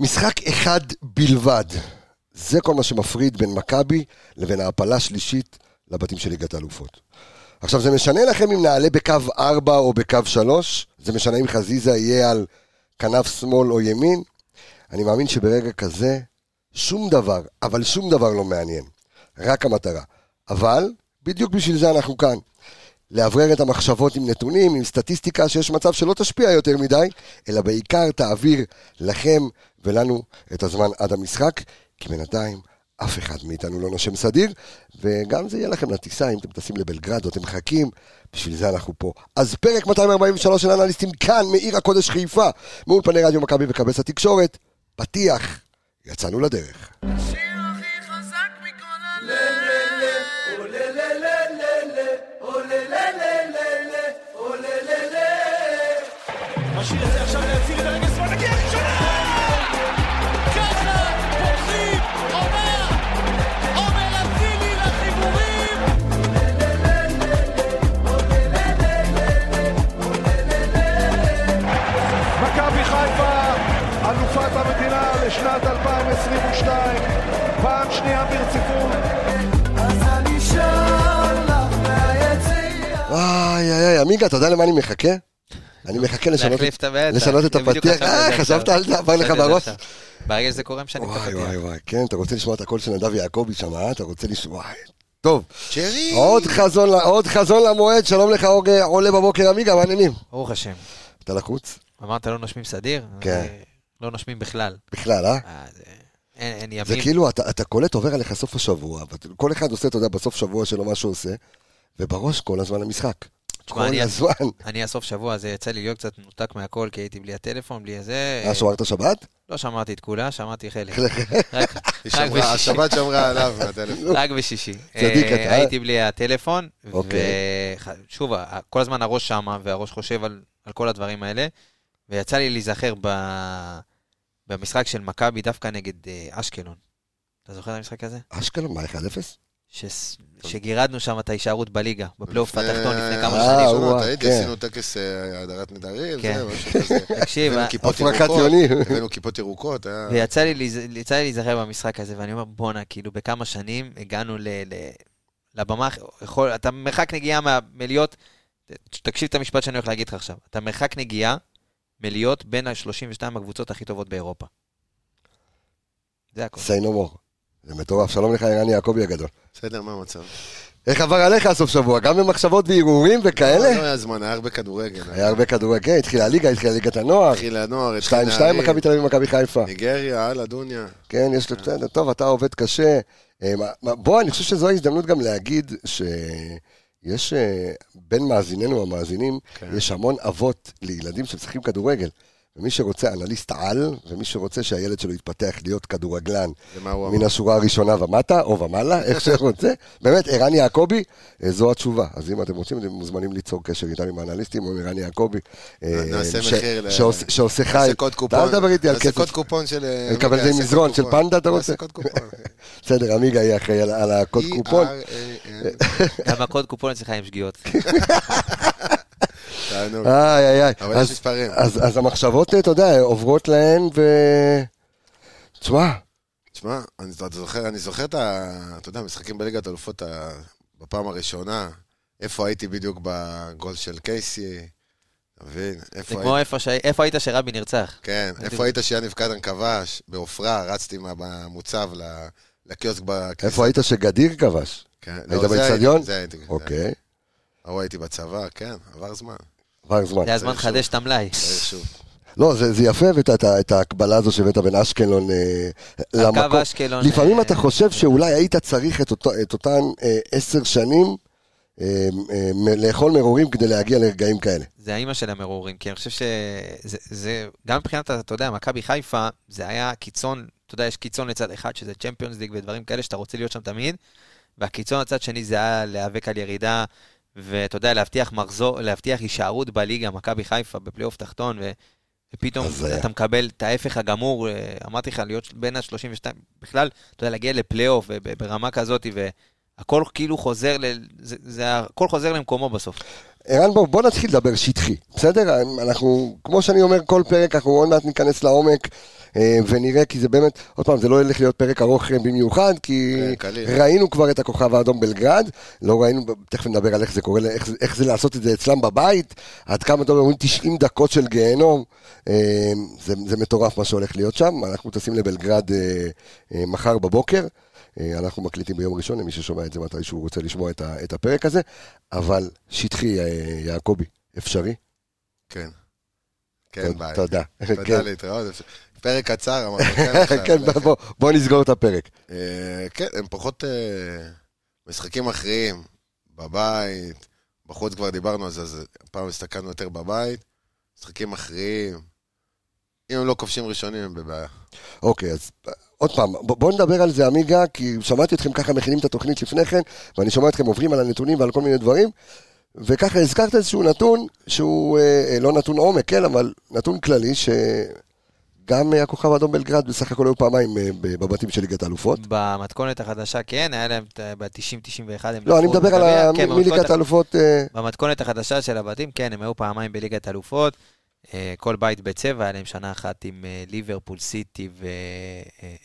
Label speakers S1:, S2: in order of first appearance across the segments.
S1: משחק אחד בלבד. זה כל מה שמפריד בין מכבי לבין העפלה שלישית לבתים של ליגת האלופות. עכשיו, זה משנה לכם אם נעלה בקו 4 או בקו 3? זה משנה אם חזיזה יהיה על כנף שמאל או ימין? אני מאמין שברגע כזה, שום דבר, אבל שום דבר לא מעניין. רק המטרה. אבל, בדיוק בשביל זה אנחנו כאן. לאוורר את המחשבות עם נתונים, עם סטטיסטיקה שיש מצב שלא תשפיע יותר מדי, אלא בעיקר תעביר לכם ולנו את הזמן עד המשחק, כי בינתיים אף אחד מאיתנו לא נושם סדיר, וגם זה יהיה לכם לטיסה, אם אתם טסים לבלגרד או אתם מחכים, בשביל זה אנחנו פה. אז פרק 243 של אנליסטים כאן, מעיר הקודש חיפה, מאולפני רדיו מכבי וכבס התקשורת, פתיח, יצאנו לדרך.
S2: השיר הכי חזק מכל הלב.
S3: משאיר את זה עכשיו להציר את הרגל שמאל, נגיע ראשונה!
S2: ככה פותחים עונה. עומר אצילי לחיבורים.
S4: מכבי חיפה, אלופת המדינה לשנת 2022, פעם שנייה ברציפות.
S1: איי איי איי, עמיגה, אתה יודע למה אני מחכה? אני מחכה לשנות,
S5: להחליף את הבטח.
S1: לשנות את
S5: זה בדיוק
S1: הפתיח.
S5: חשבתי על זה
S1: אה,
S5: עכשיו.
S1: חשבת על זה, עבר לך
S5: חשבתי על זה
S1: בראש?
S5: עכשיו. ברגע שזה קורה, משנה את
S1: וואי
S5: הפתיח.
S1: וואי וואי, כן, אתה רוצה לשמוע את הקול של נדב יעקבי שם, אה? אתה רוצה לשמוע... וואי. טוב,
S5: צ'רי!
S1: עוד חזון, ל- עוד חזון למועד, שלום לך אוג- עולה בבוקר עמיגה, מה העניינים?
S5: ברוך השם.
S1: אתה לחוץ?
S5: אמרת לא נושמים סדיר?
S1: כן.
S5: אה, לא נושמים בכלל.
S1: בכלל, אה?
S5: אה, זה- אין אין
S1: זה
S5: ימים.
S1: כאילו, אתה, אתה קולט עובר עליך סוף השבוע, וכל אחד עושה, אתה יודע, בסוף שבוע שלו מה שהוא עושה, ובראש כל הזמן המשחק.
S5: תשמע,
S1: כל
S5: אני-
S1: הזמן.
S5: אני הסוף שבוע הזה יצא לי להיות קצת מנותק מהכל, כי הייתי בלי הטלפון, בלי הזה.
S1: אה, שומרת שבת?
S5: לא שמעתי את כולה, שמעתי חלק. רק-
S6: היא
S5: רק
S6: שמרה,
S5: בשישי.
S6: השבת שמרה עליו מהטלפון.
S5: רק בשישי.
S1: צדיק
S5: אה,
S1: אתה, אה?
S5: הייתי בלי הטלפון,
S1: אוקיי.
S5: ושוב, כל הזמן הראש שמה, והראש חושב על, על כל הדברים האלה, ויצא לי להיזכר ב... במשחק של מכבי דווקא נגד אה, אשקלון. אתה זוכר את המשחק הזה?
S1: אשקלון, מה, 1-0?
S5: ש... שגירדנו שם את ההישארות בליגה, בפלייאוף התחתון לפני כמה
S1: אה,
S5: שנים.
S1: וואו,
S6: הייתי,
S1: כן.
S6: עשינו טקס אה, הדרת נדרים,
S5: כן.
S6: זה משהו כזה.
S5: תקשיב,
S6: הבאנו
S5: אה,
S6: כיפות
S1: הפרקת
S6: ירוקות,
S1: יונים.
S6: הבאנו כיפות ירוקות, אה, היה...
S1: אה.
S5: ויצא לי, להיז- יצא לי להיזכר במשחק הזה, ואני אומר, בואנה, כאילו, בכמה שנים הגענו ל, ל, לבמה, הכי- יכול, אתה מרחק נגיעה מה- מלהיות, ת- תקשיב את המשפט שאני הולך להגיד לך עכשיו, אתה מרחק נגיעה מלהיות בין ה-32 הקבוצות הכי טובות באירופה. זה הכול.
S1: say no more. זה מטורף, שלום לך, ערן יעקבי הגדול.
S6: בסדר, מה המצב?
S1: איך עבר עליך הסוף שבוע? גם במחשבות והרהורים
S6: לא
S1: וכאלה?
S6: היה זמן, היה הרבה כדורגל.
S1: היה הרבה כדורגל, כן, התחילה הליגה, התחילה ליגת הנוער,
S6: התחיל הנוער, התחיל
S1: 2-2
S6: נערים,
S1: מכבי תל אביב ומכבי חיפה.
S6: אה, ניגריה, הלאה, דוניה.
S1: כן, יש לו בסדר, טוב, אתה עובד קשה. אה, מה- מה- בוא, אני חושב שזו ההזדמנות גם להגיד שיש אה, בין מאזיננו המאזינים,
S6: כן.
S1: יש המון אבות לילדים שמשחקים כדורגל. ומי שרוצה אנליסט על, ומי שרוצה שהילד שלו יתפתח להיות כדורגלן
S6: ומה הוא
S1: מן
S6: אמר?
S1: השורה הראשונה ומטה, או ומעלה, איך שרוצה. באמת, ערן יעקבי, אה, זו התשובה. אז אם אתם רוצים, אתם מוזמנים ליצור קשר איתם עם האנליסטים, או עם ערן יעקבי. אה,
S6: נעשה
S1: ש-
S6: מחיר ל-
S1: שעוש- שעושה חי.
S6: נעשה קוד קופון.
S1: אתה אל תדבר איתי על
S6: נעשה
S1: כסף.
S6: קוד קופון של... אה,
S1: נקבל
S6: רגע,
S1: זה עם
S6: נעשה
S1: מזרון
S6: קוד
S1: של
S6: קופון.
S1: פנדה, אתה רוצה?
S6: נעשה קוד קופון. כן. E
S1: בסדר, עמיגה יהיה אחראי על- על הקוד קופון.
S6: ERAN.
S5: גם הקוד קופון אצלך עם שגיאות.
S6: תענוג.
S1: איי, איי, איי.
S6: אבל יש
S1: אז-
S6: מספרים.
S1: אז אז המחשבות, אה, אתה יודע, עוברות להן, ו... תשמע,
S6: תשמע, אני, אתה זוכר, אני זוכר את ה... אתה יודע, משחקים בליגת האלופות ה- בפעם הראשונה, איפה הייתי בדיוק בגול של קייסי, אתה מבין?
S5: זה
S6: איפה
S5: כמו
S6: הייתי?
S5: איפה ש- איפה היית שרבי נרצח.
S6: כן, איפה היית שיאניב קדן כבש? בעופרה, רצתי מה- מהמוצב ל- לקיוסק בכניסה.
S1: איפה היית שגדיר כבש?
S6: כן, לא,
S1: היית
S6: זה
S1: באצטדיון?
S6: הייתי, זה הייתי. זה הייתי.
S1: אוקיי,
S6: ההוא הייתי בצבא, כן, עבר זמן.
S1: עבר זמן.
S5: זה הזמן לחדש את המלאי.
S6: צריך שוב.
S1: לא, זה, זה יפה הבאת את, ה- את ההקבלה הזו שהבאת בין אשקלון אה, למקום.
S5: אשקלון,
S1: לפעמים
S5: אה,
S1: אתה חושב שאולי היית צריך את, אותו, את אותן אה, עשר שנים אה, אה, מ- לאכול מרורים כדי להגיע לרגעים כאלה.
S5: זה האימא של המרורים, כי אני חושב שזה, זה, גם מבחינת, אתה יודע, מכבי חיפה, זה היה קיצון, אתה יודע, יש קיצון לצד אחד, שזה צ'מפיונס ליג ודברים כאלה, שאתה רוצה להיות שם תמיד, והקיצון לצד שני זה היה להיאבק על ירידה, ואתה יודע, להבטיח מחזור, להבטיח הישארות בליגה, מכבי חיפה, בפלייאוף תחתון, ו, ופתאום
S1: הזיה.
S5: אתה מקבל את ההפך הגמור, אה, אמרתי לך, להיות בין ה-32, בכלל, אתה יודע, להגיע לפלייאוף וב- ברמה כזאת, והכל כאילו חוזר, ל, זה, זה, הכל חוזר למקומו בסוף.
S1: ערן, בוא, בוא נתחיל לדבר שטחי, בסדר? אנחנו, כמו שאני אומר כל פרק, אנחנו עוד מעט ניכנס לעומק אה, ונראה, כי זה באמת, עוד פעם, זה לא ילך להיות פרק ארוך אה, במיוחד, כי
S6: כן, קליל.
S1: ראינו כבר את הכוכב האדום בלגרד, לא ראינו, תכף נדבר על איך זה קורה, איך, זה- איך זה לעשות את זה אצלם בבית, עד כמה אתם אומרים 90 דקות של גיהנום, אה, זה, זה מטורף מה שהולך להיות שם, אנחנו טסים לבלגרד אה, אה, מחר בבוקר. אה, אנחנו מקליטים ביום ראשון, למי ששומע את זה מתי שהוא רוצה לשמוע את, ה, את הפרק הזה, אבל שטחי, אה, יעקבי, אפשרי?
S6: כן. כן, ביי.
S1: תודה.
S6: תודה
S1: כן.
S6: להתראות. פרק קצר, אמרנו. כן,
S1: כן,
S6: עכשיו.
S1: בוא- בוא נסגור את הפרק.
S6: אה, כן, הם פחות אה, משחקים מכריעים, בבית, בחוץ כבר דיברנו על זה, אז הפעם הסתכלנו יותר בבית, משחקים מכריעים. אם הם לא כובשים ראשונים, הם בבעיה.
S1: אוקיי, אז אה, עוד פעם, ב- בואו נדבר על זה, עמיגה, כי שמעתי אתכם ככה מכינים את התוכנית לפני כן, ואני שומע אתכם עוברים על הנתונים ועל כל מיני דברים, וככה הזכרת איזשהו נתון, שהוא אה, אה, לא נתון עומק, כן, אבל נתון כללי, שגם אה, הכוכב האדום בלגרד בסך הכל היו פעמיים אה, ב- בבתים של ליגת האלופות.
S5: במתכונת החדשה, כן, היה להם את- ב-90-91. הם
S1: לא, אני
S5: לקחו
S1: מדבר על
S5: גביע,
S1: ה-
S5: כן,
S1: מ-
S5: במתכונת
S1: מליגת
S5: ה-
S1: האלופות, אה,
S5: במתכונת החדשה של הבתים, כן, הם היו פעמיים בליגת אלופות. אה, כל בית בצבע, היה להם שנה אחת עם אה, ליברפול, סיטי ו... אה,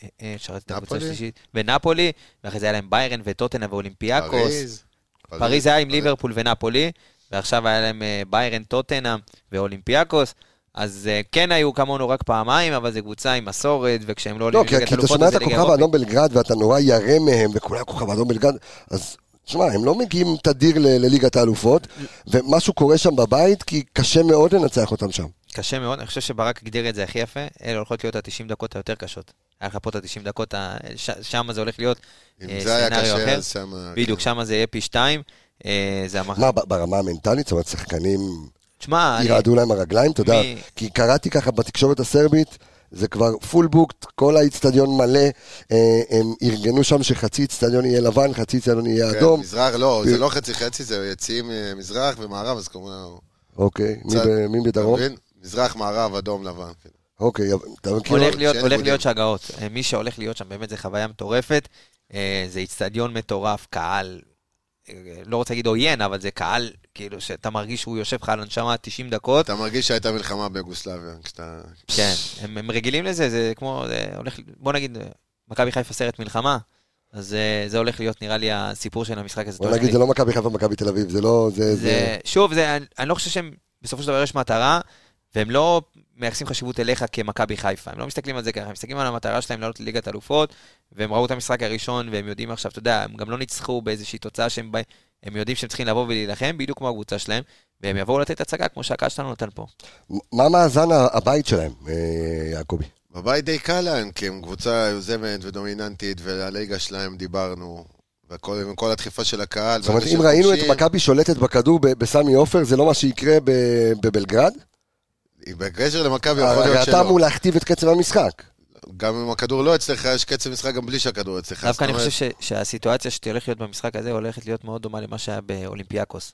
S5: אה, אה, שרתי את הקבוצה
S6: נפולי?
S5: השלישית. ונפולי, ואחרי זה היה להם ביירן וטוטנה ואולימפיאקוס.
S6: פריז.
S5: פריז היה עם ליברפול ונפולי, ועכשיו היה להם אה, ביירן, טוטנאם ואולימפיאקוס. אז אה, כן היו כמונו רק פעמיים, אבל זו קבוצה עם מסורת, וכשהם לא
S1: לא,
S5: עולים
S1: כי כי אתה שומע את
S5: אוקיי.
S1: הכוכב לא האדום בלגרד ואתה נורא ירא מהם, וכולם כוכב האדום בלגרד, אז תשמע, הם לא מגיעים תדיר ל- לליגת האלופות, ומשהו קורה שם בבית, כי קשה מאוד לנצח אותם שם.
S5: קשה מאוד, אני חושב שברק הגדיר את זה הכי יפה, אלה הולכות להיות ה-90 דקות היותר קשות. היה לך פה את ה-90 דקות, ה- ש- שם זה הולך להיות
S6: אם
S5: אה,
S6: זה היה
S5: סצנריו
S6: קשה,
S5: אחר.
S6: אז שמה...
S5: בדיוק,
S6: כן. לא,
S5: שם זה יהיה פי שתיים. אה, זה המח...
S1: מה, ב- ברמה המנטלית, זאת אומרת, שחקנים
S5: תשמע, אני-
S1: ירעדו להם הרגליים, אתה יודע,
S5: מי-
S1: כי קראתי ככה בתקשורת הסרבית, זה כבר פול בוקט, כל האיצטדיון מלא, אה, הם ארגנו שם שחצי איצטדיון יהיה לבן, חצי איצטדיון יהיה
S6: כן,
S1: אדום.
S6: מזרח, לא, זה לא חצי חצי, זה יציאים אה, מזרח ומערב, אז כמובן...
S1: אוקיי, מי
S6: צד-
S1: ב- מי
S6: אתה
S1: בדרום?
S6: מבין? מזרח, מערב, אדום, לבן. כן.
S1: אוקיי, אתה מכיר?
S5: הולך להיות,
S6: שאין
S5: הולך
S6: לימודים.
S5: להיות שגעות. אה, מי שהולך להיות שם, באמת, זה חוויה מטורפת. אה, זה איצטדיון מטורף, קהל, אה, לא רוצה להגיד עוין, אבל זה קהל, כאילו, שאתה מרגיש שהוא יושב לך על הנשמה 90 דקות.
S6: אתה מרגיש שהייתה מלחמה ביוגוסלביה, כשאתה...
S5: כן, הם, הם רגילים לזה, זה כמו, זה הולך, בוא נגיד, אה, מכבי חיפה סרט מלחמה, אז אה, זה הולך להיות, נראה לי, הסיפור של המשחק הזה.
S1: בוא נגיד, זה לא מכבי חיפה ומכבי תל אביב, זה לא... זה- זה-
S5: זה, שוב, זה, אני, אני לא חושב שהם, בסופו של דבר יש מטרה, והם לא מייחסים חשיבות אליך כמכבי חיפה. הם לא מסתכלים על זה ככה, הם מסתכלים על המטרה שלהם לעלות לליגת אלופות, והם ראו את המשחק הראשון, והם יודעים עכשיו, אתה יודע, הם גם לא ניצחו באיזושהי תוצאה שהם ב... הם יודעים שהם צריכים לבוא ולהילחם, בדיוק כמו הקבוצה שלהם, והם יבואו לתת הצגה כמו שהקהל שלנו נתן פה.
S1: מה מאזן הבית שלהם, אה, יעקבי?
S6: בבית די קל להם, כי הם קבוצה יוזמת ודומיננטית, והליגה שלהם דיברנו, והכל, עם כל הדחיפה של הקהל.
S1: זאת אומרת,
S6: והרגש
S1: אם
S6: של
S1: ראינו את
S6: חופשיים,
S1: מכבי שולטת בכדור ב- בסמי עופר, זה לא מה שיקרה ב- בבלגרד?
S6: בקשר למכבי יכול
S1: הרי
S6: להיות
S1: אה, אתה
S6: שלא.
S1: אמור להכתיב את קצב המשחק.
S6: גם אם הכדור לא אצלך, יש קצב משחק גם בלי שהכדור אצלך.
S5: דווקא אני
S6: זאת
S5: חושב
S6: אומרת,
S5: ש- שהסיטואציה שתלך להיות במשחק הזה הולכת להיות מאוד דומה למה שהיה באולימפיאקוס.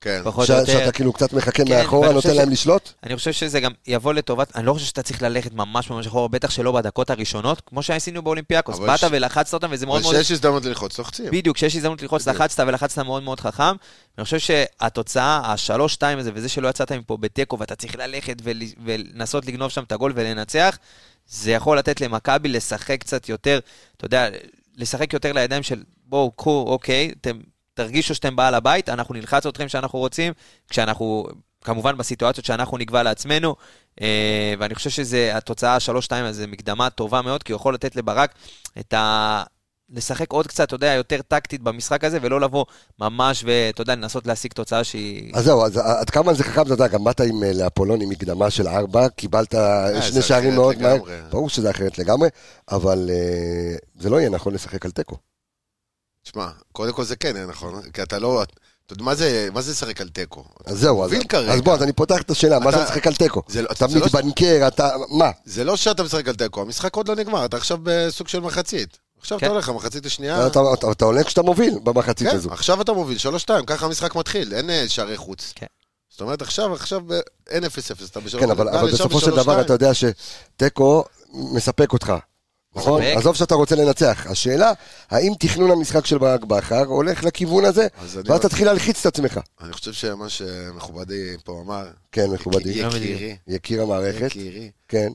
S6: כן,
S5: פחות או
S1: ש-
S5: יותר.
S1: שאתה כאילו קצת מחכה
S5: כן,
S1: מאחורה,
S5: ואני
S1: נותן
S5: חושב
S1: להם
S5: ש-
S1: לשלוט?
S5: אני חושב שזה גם יבוא לטובת, אני לא חושב שאתה צריך ללכת ממש ממש אחורה, בטח שלא בדקות הראשונות, כמו שעשינו באולימפיאקוס.
S6: אבל
S5: באת
S6: ש-
S5: ולחצת אותם, וזה מאוד
S6: אבל
S5: מאוד...
S6: כשיש הזדמנות ללחוץ, לוחצים.
S5: בדיוק, כשיש הזדמנות ללחוץ,
S6: בדיוק.
S5: לחצת ולחצת מאוד מאוד חכם. אני חושב שהתוצאה, השלוש-שתיים הזה, וזה שלא יצאת מפה בתיקו, ואתה צריך ללכת ול- ולנסות לגנוב שם את הגול ולנצח, זה יכול לתת למכבי לשחק קצת יותר, אתה יודע, לשחק יותר לידיים של, בואו, קחו, אוקיי, אתם תרגישו שאתם בעל הבית, אנחנו נלחץ אתכם שאנחנו רוצים, כשאנחנו, כמובן בסיטואציות שאנחנו נקבע לעצמנו, אה, ואני חושב שזה, התוצאה השלוש-שתיים הזה, מקדמה טובה מאוד, כי הוא יכול לתת לברק את ה... לשחק עוד קצת, אתה יודע, יותר טקטית במשחק הזה, ולא לבוא ממש ואתה יודע, לנסות להשיג תוצאה שהיא...
S1: אז זהו, אז עד כמה זה חכם, אתה יודע, גם באת עם אה, לאפולון עם מקדמה של ארבע, קיבלת אה,
S6: אה, זה
S1: שני שערים
S6: אחרת
S1: מאוד מהר.
S6: לגמרי.
S1: ברור שזה אחרת לגמרי, אבל אה, זה לא יהיה נכון לשחק על תיקו.
S6: תשמע, קודם כל זה כן היה נכון, כי אתה לא... אתה יודע, מה זה- מה זה לשחק על תיקו?
S1: אז זהו, אז-
S6: מוביל כרגע.
S1: אז בוא, אז אני פותח את השאלה, מה
S6: אתה-
S1: זה לשחק על תיקו?
S6: זה לא-
S1: אתה
S6: זה לא-
S1: מתבנקר, אתה... מה?
S6: זה לא שאתה משחק על תיקו, המשחק עוד לא נגמר, אתה עכשיו בסוג של מחצית. עכשיו
S5: כן.
S6: אתה הולך, המחצית השנייה...
S1: אתה- אתה- אתה- אתה עולה כשאתה מוביל במחצית
S6: אה. כן,
S1: הזו.
S6: עכשיו אתה מוביל 3-2, ככה המשחק מתחיל, אין אה, שערי חוץ.
S5: כן.
S6: זאת אומרת, עכשיו, עכשיו ב- אין 0-0, אתה בשלוש...
S1: כן, אבל,
S6: אתה
S1: אבל
S6: נשאר
S1: בסופו של
S6: בשלוש
S1: דבר
S6: שתיים.
S1: אתה יודע שתיקו מספק אותך. נכון?
S5: מספק.
S1: עזוב שאתה רוצה לנצח. השאלה, האם תכנון המשחק של ברק בכר הולך לכיוון הזה,
S6: אז אני-
S1: ואז תתחיל להלחיץ את עצמך.
S6: אני חושב שמה שמכובדי פה אמר...
S1: כן, מכובדי.
S6: יקירי.
S1: יקיר המערכת,
S6: יקירי.
S1: כן.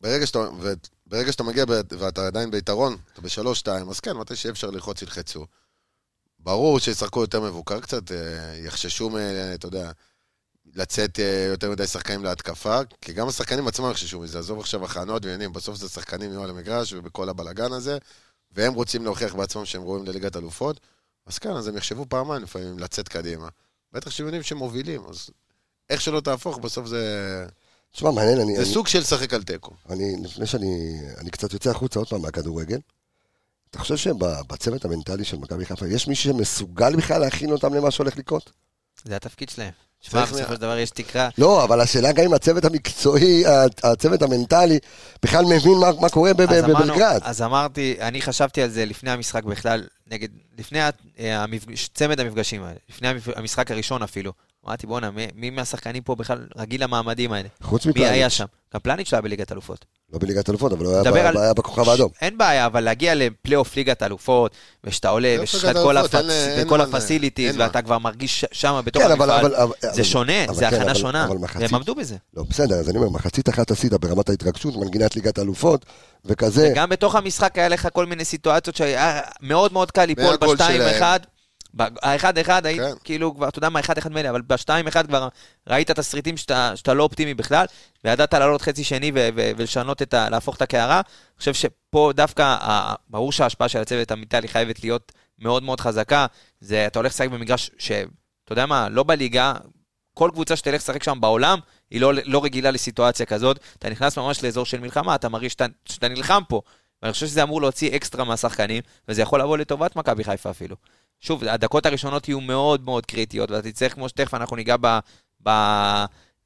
S6: ברגע שאתה, ו- ברגע שאתה מגיע ב- ואתה עדיין ביתרון, אתה בשלוש-שתיים, אז כן, מתי שיהיה אפשר ללחוץ, ילחצו. ברור שישחקו יותר מבוקר קצת, אה, יחששו, מ- אתה יודע, לצאת אה, יותר מדי שחקנים להתקפה, כי גם השחקנים עצמם יחששו מזה, עזוב עכשיו הכנות ועניינים, בסוף זה שחקנים יהיו על המגרש ובכל הבלגן הזה, והם רוצים להוכיח בעצמם שהם ראויים לליגת אלופות, אז כן, אז הם יחשבו פעמיים לפעמים אם לצאת קדימה. בטח שהם יודעים שהם מובילים, אז איך שלא תהפוך, בסוף זה,
S1: תשמע, מעניין, אני...
S6: זה
S1: אני-
S6: סוג של לשחק על תיקו.
S1: אני, לפני שאני אני קצת יוצא החוצה עוד פעם מהכדורגל, אתה חושב שבצוות המנטלי של מכבי חיפה יש מישהו שמסוגל בכלל להכין אותם למה שהולך לקרות?
S5: זה התפקיד שלהם. שמע,
S6: צריך
S5: בסופו
S6: לה-
S5: של דבר יש תקרה.
S1: לא, אבל השאלה גם אם הצוות המקצועי, ה- הצוות המנטלי, בכלל מבין מה, מה קורה ב-
S5: אז
S1: ב-
S5: אמרנו-
S1: בבלגרד.
S5: אז אמרתי, אני חשבתי על זה לפני המשחק בכלל, נגד, לפני ה- אה, המפגש, צמד המפגשים האלה, לפני המפ- המשחק הראשון אפילו. אמרתי, בואנה, מי- מי מהשחקנים פה בכלל רגיל למעמדים האלה?
S1: חוץ
S5: מי היה
S1: מפלניץ',
S5: שם? גם פלניץ' לא היה בליגת אלופות.
S1: לא בליגת אלופות, אבל הוא היה
S5: דבר
S1: ב-
S5: על-
S1: בעיה בכוכב האדום.
S5: ש- אין בעיה, אבל להגיע לפלייאוף ליגת אלופות, ושאתה עולה,
S6: פלייאוף
S5: ויש לך
S6: ליגת
S5: את כל
S6: אלופות,
S5: הפצ-
S6: אין- אין
S5: וכל
S6: מה זה,
S5: הפסיליטיז,
S6: אין מה.
S5: ואתה כבר מרגיש ש- שם בתוך
S1: כן, אבל...
S5: המפעל.
S1: אבל- אבל-
S5: זה שונה,
S1: אבל
S5: זה
S1: כן,
S5: הכנה
S1: אבל-
S5: שונה,
S1: אבל מחצית-
S5: והם עמדו בזה.
S1: לא, בסדר, אז אני אומר, מחצית אחת עשית ברמת ההתרגשות, מנגינת ליגת אלופות, וכזה.
S5: גם בתוך המשחק היה לך כל מיני סיטואציות שהיה מאוד מאוד קל ליפול
S6: והגול
S5: ב-2-1.
S6: שלהם.
S5: האחד-אחד, היית
S6: כן.
S5: כאילו כבר, אתה יודע מה, האחד-אחד מילא, אבל בשתיים-אחד כבר ראית תסריטים שאתה שאתה לא אופטימי בכלל, וידעת לעלות חצי שני ו- ו- ולשנות את ה... להפוך את הקערה. אני חושב שפה דווקא, ה- ברור שההשפעה של הצוות המנטלי חייבת להיות מאוד מאוד חזקה. זה, אתה הולך לשחק במגרש ש... אתה יודע מה, לא בליגה, כל קבוצה שתלך לשחק שם בעולם, היא לא, לא רגילה לסיטואציה כזאת. אתה נכנס ממש לאזור של מלחמה, אתה מרגיש שאתה, שאתה נלחם פה. ואני חושב שזה אמור להוציא אקסטרה מהשחקנים, וזה יכול לבוא לטובת מכבי חיפה אפילו. שוב, הדקות הראשונות יהיו מאוד מאוד קריטיות, ואתה תצטרך, כמו שתכף אנחנו ניגע ב... ב...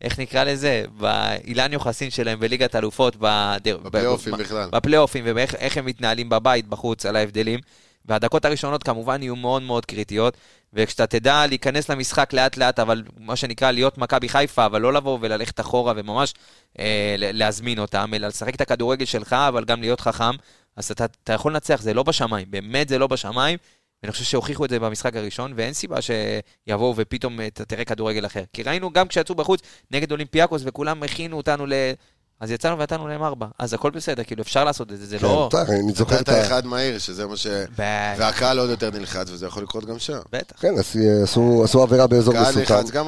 S5: איך נקרא לזה? באילן יוחסין שלהם בליגת אלופות, בדר...
S6: בפלייאופים
S5: ב-
S6: בכלל.
S5: בפלייאופים, ואיך איך הם מתנהלים בבית, בחוץ, על ההבדלים. והדקות הראשונות כמובן יהיו מאוד מאוד קריטיות, וכשאתה תדע להיכנס למשחק לאט-לאט, אבל מה שנקרא להיות מכבי חיפה, אבל לא לבוא וללכת אחורה וממש אה, ל- להזמין אותם, אלא לשחק את הכדורגל שלך, אבל גם להיות חכם, אז אתה, אתה יכול לנצח, זה לא בשמיים, באמת זה לא בשמיים, ואני חושב שהוכיחו את זה במשחק הראשון, ואין סיבה שיבואו ופתאום אה, אתה תראה כדורגל אחר. כי ראינו גם כשיצאו בחוץ נגד אולימפיאקוס, וכולם הכינו אותנו ל... אז יצאנו ונתנו להם ארבע, אז הכל בסדר, כאילו אפשר לעשות את זה, זה
S1: כן,
S5: לא...
S1: אתה- אני זוכר את
S6: נתת
S1: ה...
S6: אחד מהיר, שזה מה ש...
S5: ב-
S6: והקהל עוד יותר נלחץ, וזה יכול לקרות גם שם.
S5: בטח.
S1: כן, עשו- עשו- עשו עבירה באזור
S6: קהל
S1: לא מסוכן.
S6: נלחץ, גם,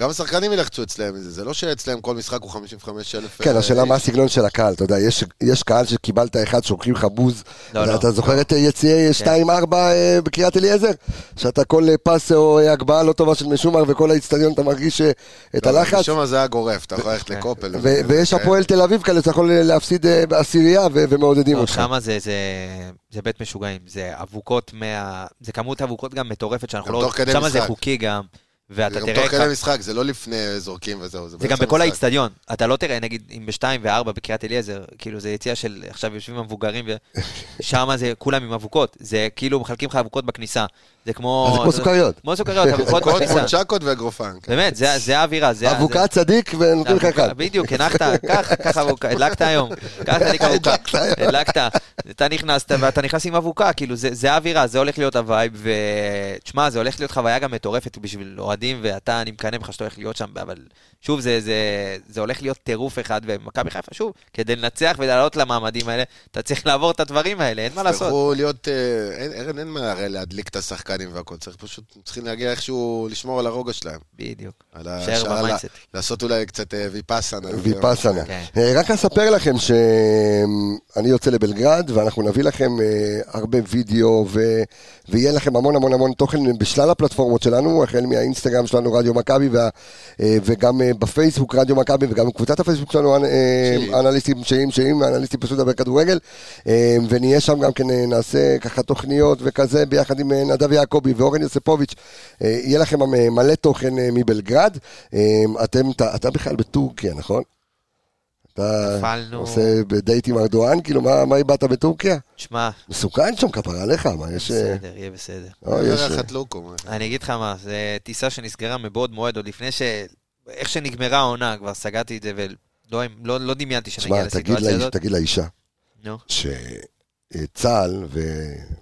S6: גם השחקנים ילחצו אצלם מזה, זה לא שאצלם כל משחק הוא 55 אלף... אה,
S1: כן, השאלה מה הסגנון של הקהל, אתה יודע, יש, יש קהל שקיבלת אחד שולחים לך בוז,
S5: לא,
S1: אתה,
S5: לא. כן.
S1: אתה זוכר את אה, יציעי 2-4 אה, בקריית אליעזר? שאתה כל אה, פס או אה, הגבהה לא טובה של משומר וכל האיצטדיון אתה מרגיש אה,
S6: לא,
S1: את הלחץ,
S6: שם זה היה גורף, אתה יכול ללכת
S5: כן.
S6: לקופל.
S1: ו-
S6: כן.
S1: ויש הפועל תל אביב כאלה שאתה יכול אה, להפסיד אה, בעשירייה ו- ומעודדים
S5: לא,
S1: אותך.
S5: שמה זה, זה, זה בית משוגעים, זה אבוקות מה... זה כמות אבוקות גם מטורפת שאנחנו
S6: גם
S5: לא...
S6: תוך כדי
S5: שמה זה
S6: משחק.
S5: חוקי גם,
S6: זה
S5: ואתה
S6: גם
S5: תראה...
S6: תוך
S5: כ-
S6: כדי משחק, זה לא לפני זורקים וזהו.
S5: זה גם
S6: באמצע
S5: בכל
S6: המשחק.
S5: האיצטדיון, אתה לא תראה, נגיד, אם בשתיים וארבע בקריית אליעזר, כאילו זה יציאה של, עכשיו יושבים המבוגרים, ושם זה כולם עם אבוקות, זה כאילו מחלקים לך אבוקות בכניסה, זה כמו...
S1: אז זה כמו סוכריות.
S5: כמו סוכריות, אבוקות
S6: קוד
S5: בכניסה.
S6: מונצ'קות ואגרופן. כן.
S5: באמת, זה זה האווירה, זה... זה-
S1: אבוקה צדיק ונותנים לך אחד.
S5: בדיוק, הנחת, קח, קח אבוקה, הדלקת היום, קח תניק אבוקה,
S1: הדלקת היום.
S5: הדלקת, אתה נכנסת ואתה נכנס עם אבוקה, כאילו זה זה האווירה, זה הולך להיות הווייב, ותשמע, זה הולך להיות חוויה גם מטורפת בשביל אוהדים, ואתה, אני מקנא בך שאתה הולך להיות שם, אבל שוב, זה- זה- זה הולך להיות טירוף אחד, ומכבי חיפה, שוב, כדי לנצח ולעלות למעמדים האלה, אתה צריך לעבור את הדברים האלה, אין מה לעשות.
S6: יצטרכו להיות... אה, אין- אין אין מה הרי להדליק את השחקנים והכל, צריך פשוט, צריכים להגיע איכשהו לשמור על הרוגע שלהם.
S5: בדיוק.
S6: על
S5: שער
S6: השאר,
S5: במיינדסט.
S6: לעשות אולי קצת אה, ויפאסנה.
S1: ויפאסנה.
S5: כן.
S1: אה, רק אספר לכם שאני יוצא לבלגרד, ואנחנו נביא לכם אה, הרבה וידאו, ו... ויהיה לכם המון המון המון תוכן בשלל הפלטפורמות שלנו, החל מהאינסטגרם שלנו, רדיו מכבי, וה... אה, וגם אה, בפייסבוק רדיו מכבי, וגם קבוצת הפייסבוק שלנו, אנ- אה,
S6: שהיא.
S1: אנליסטים שאיים שאיים, אנליסטים פשוט לדבר כדורגל, אה, ונהיה שם גם כן, אה, נעשה ככה תוכניות וכזה, ביחד עם אה, נדב יעקבי ואורן יוספוביץ', אה, יהיה לכם אה, מלא תוכן אה, מבלגרד. אה, אתם, אתה- אתה בכלל בטורקיה, נכון? אתה
S5: נפלנו.
S1: עושה דייט עם ארדואן? כאילו, מה מה איבדת בטורקיה?
S5: תשמע,
S1: מסוכן שם, כפרה עליך, מה יש... אה,
S5: בסדר, יהיה בסדר.
S1: לא, יש, אה,
S6: אחת לוקום.
S5: אני אגיד לך מה, זו טיסה שנסגרה מבעוד מועד, עוד לפני ש... איך שנגמרה העונה, כבר סגרתי את זה, ולא לא, לא דמיינתי שנגיע
S1: תשמע, תגיד
S5: לסיטואציה
S1: לאיש-
S5: הזאת.
S1: תגיד לאישה
S5: נו,
S1: שצה"ל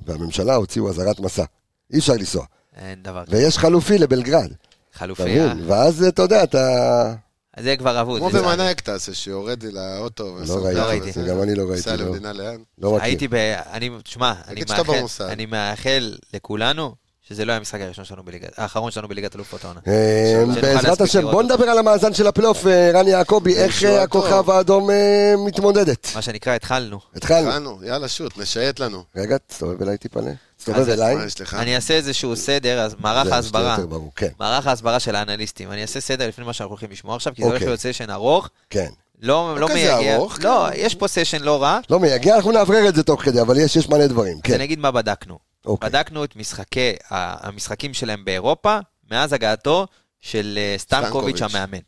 S1: והממשלה הוציאו אזהרת מסע. אי אפשר לנסוע.
S5: אין דבר כזה.
S1: ויש חלופי לבלגרד, אתה
S5: חלופי, אה?
S1: מבין? ואז אתה יודע, אתה...
S5: אז לא, זה כבר אבוד.
S6: כמו
S5: לצערי.
S6: במנהק תעשה, שיורד לאוטו.
S1: לא
S6: וסוגר
S1: ראיתי,
S5: ראיתי.
S6: וזה.
S1: וגם אני לא ראיתי,
S6: סע
S1: לא.
S6: למדינה לאן?
S1: לא מכיר.
S5: הייתי ב... אני, תשמע, אני
S6: שאתה
S5: מאחל,
S6: במוסד.
S5: אני מאחל לכולנו שזה לא היה המשחק הראשון שלנו בליגת... האחרון שלנו בליגת אלופות העונה.
S1: אה,
S5: שנוכל
S1: בעזרת
S5: להספיק
S1: השם,
S5: לראות
S1: בוא
S5: אותו.
S1: נדבר על המאזן של הפלייאוף, אה, רן יעקבי, איך
S6: ישועה
S1: אה, הכוכב
S6: טוב.
S1: האדום אה, מתמודדת.
S5: מה שנקרא, התחלנו.
S1: התחלנו.
S6: התחלנו, יאללה, שוט, נשייט לנו. אה,
S1: רגע, תסתובב אליי טיפה. ל-
S5: אז-
S1: תסתובב אליי.
S6: מה יש לך?
S5: אני אעשה איזשהו סדר, אז מערך
S1: זהו, שתהיה
S5: ההסברה.
S1: יותר ברור, כן,
S5: מערך ההסברה של האנליסטים. אני אעשה סדר לפני מה שאנחנו הולכים לשמוע עכשיו, כי זה הולך
S1: אוקיי.
S5: להיות סשן ארוך.
S1: כן.
S5: לא, לא
S6: כזה
S5: מייגע.
S6: ארוך,
S5: לא, יש פה סשן לא רע.
S1: לא מייגע, אנחנו נאוורר את זה תוך כדי, אבל יש יש מלא דברים.
S5: אז
S1: כן,
S5: אני אגיד מה בדקנו.
S1: אוקיי.
S5: בדקנו את משחקי, ה- המשחקים שלהם באירופה, מאז הגעתו של אה, סטנקוביץ'
S6: סטנקוביץ'.
S5: המאמן.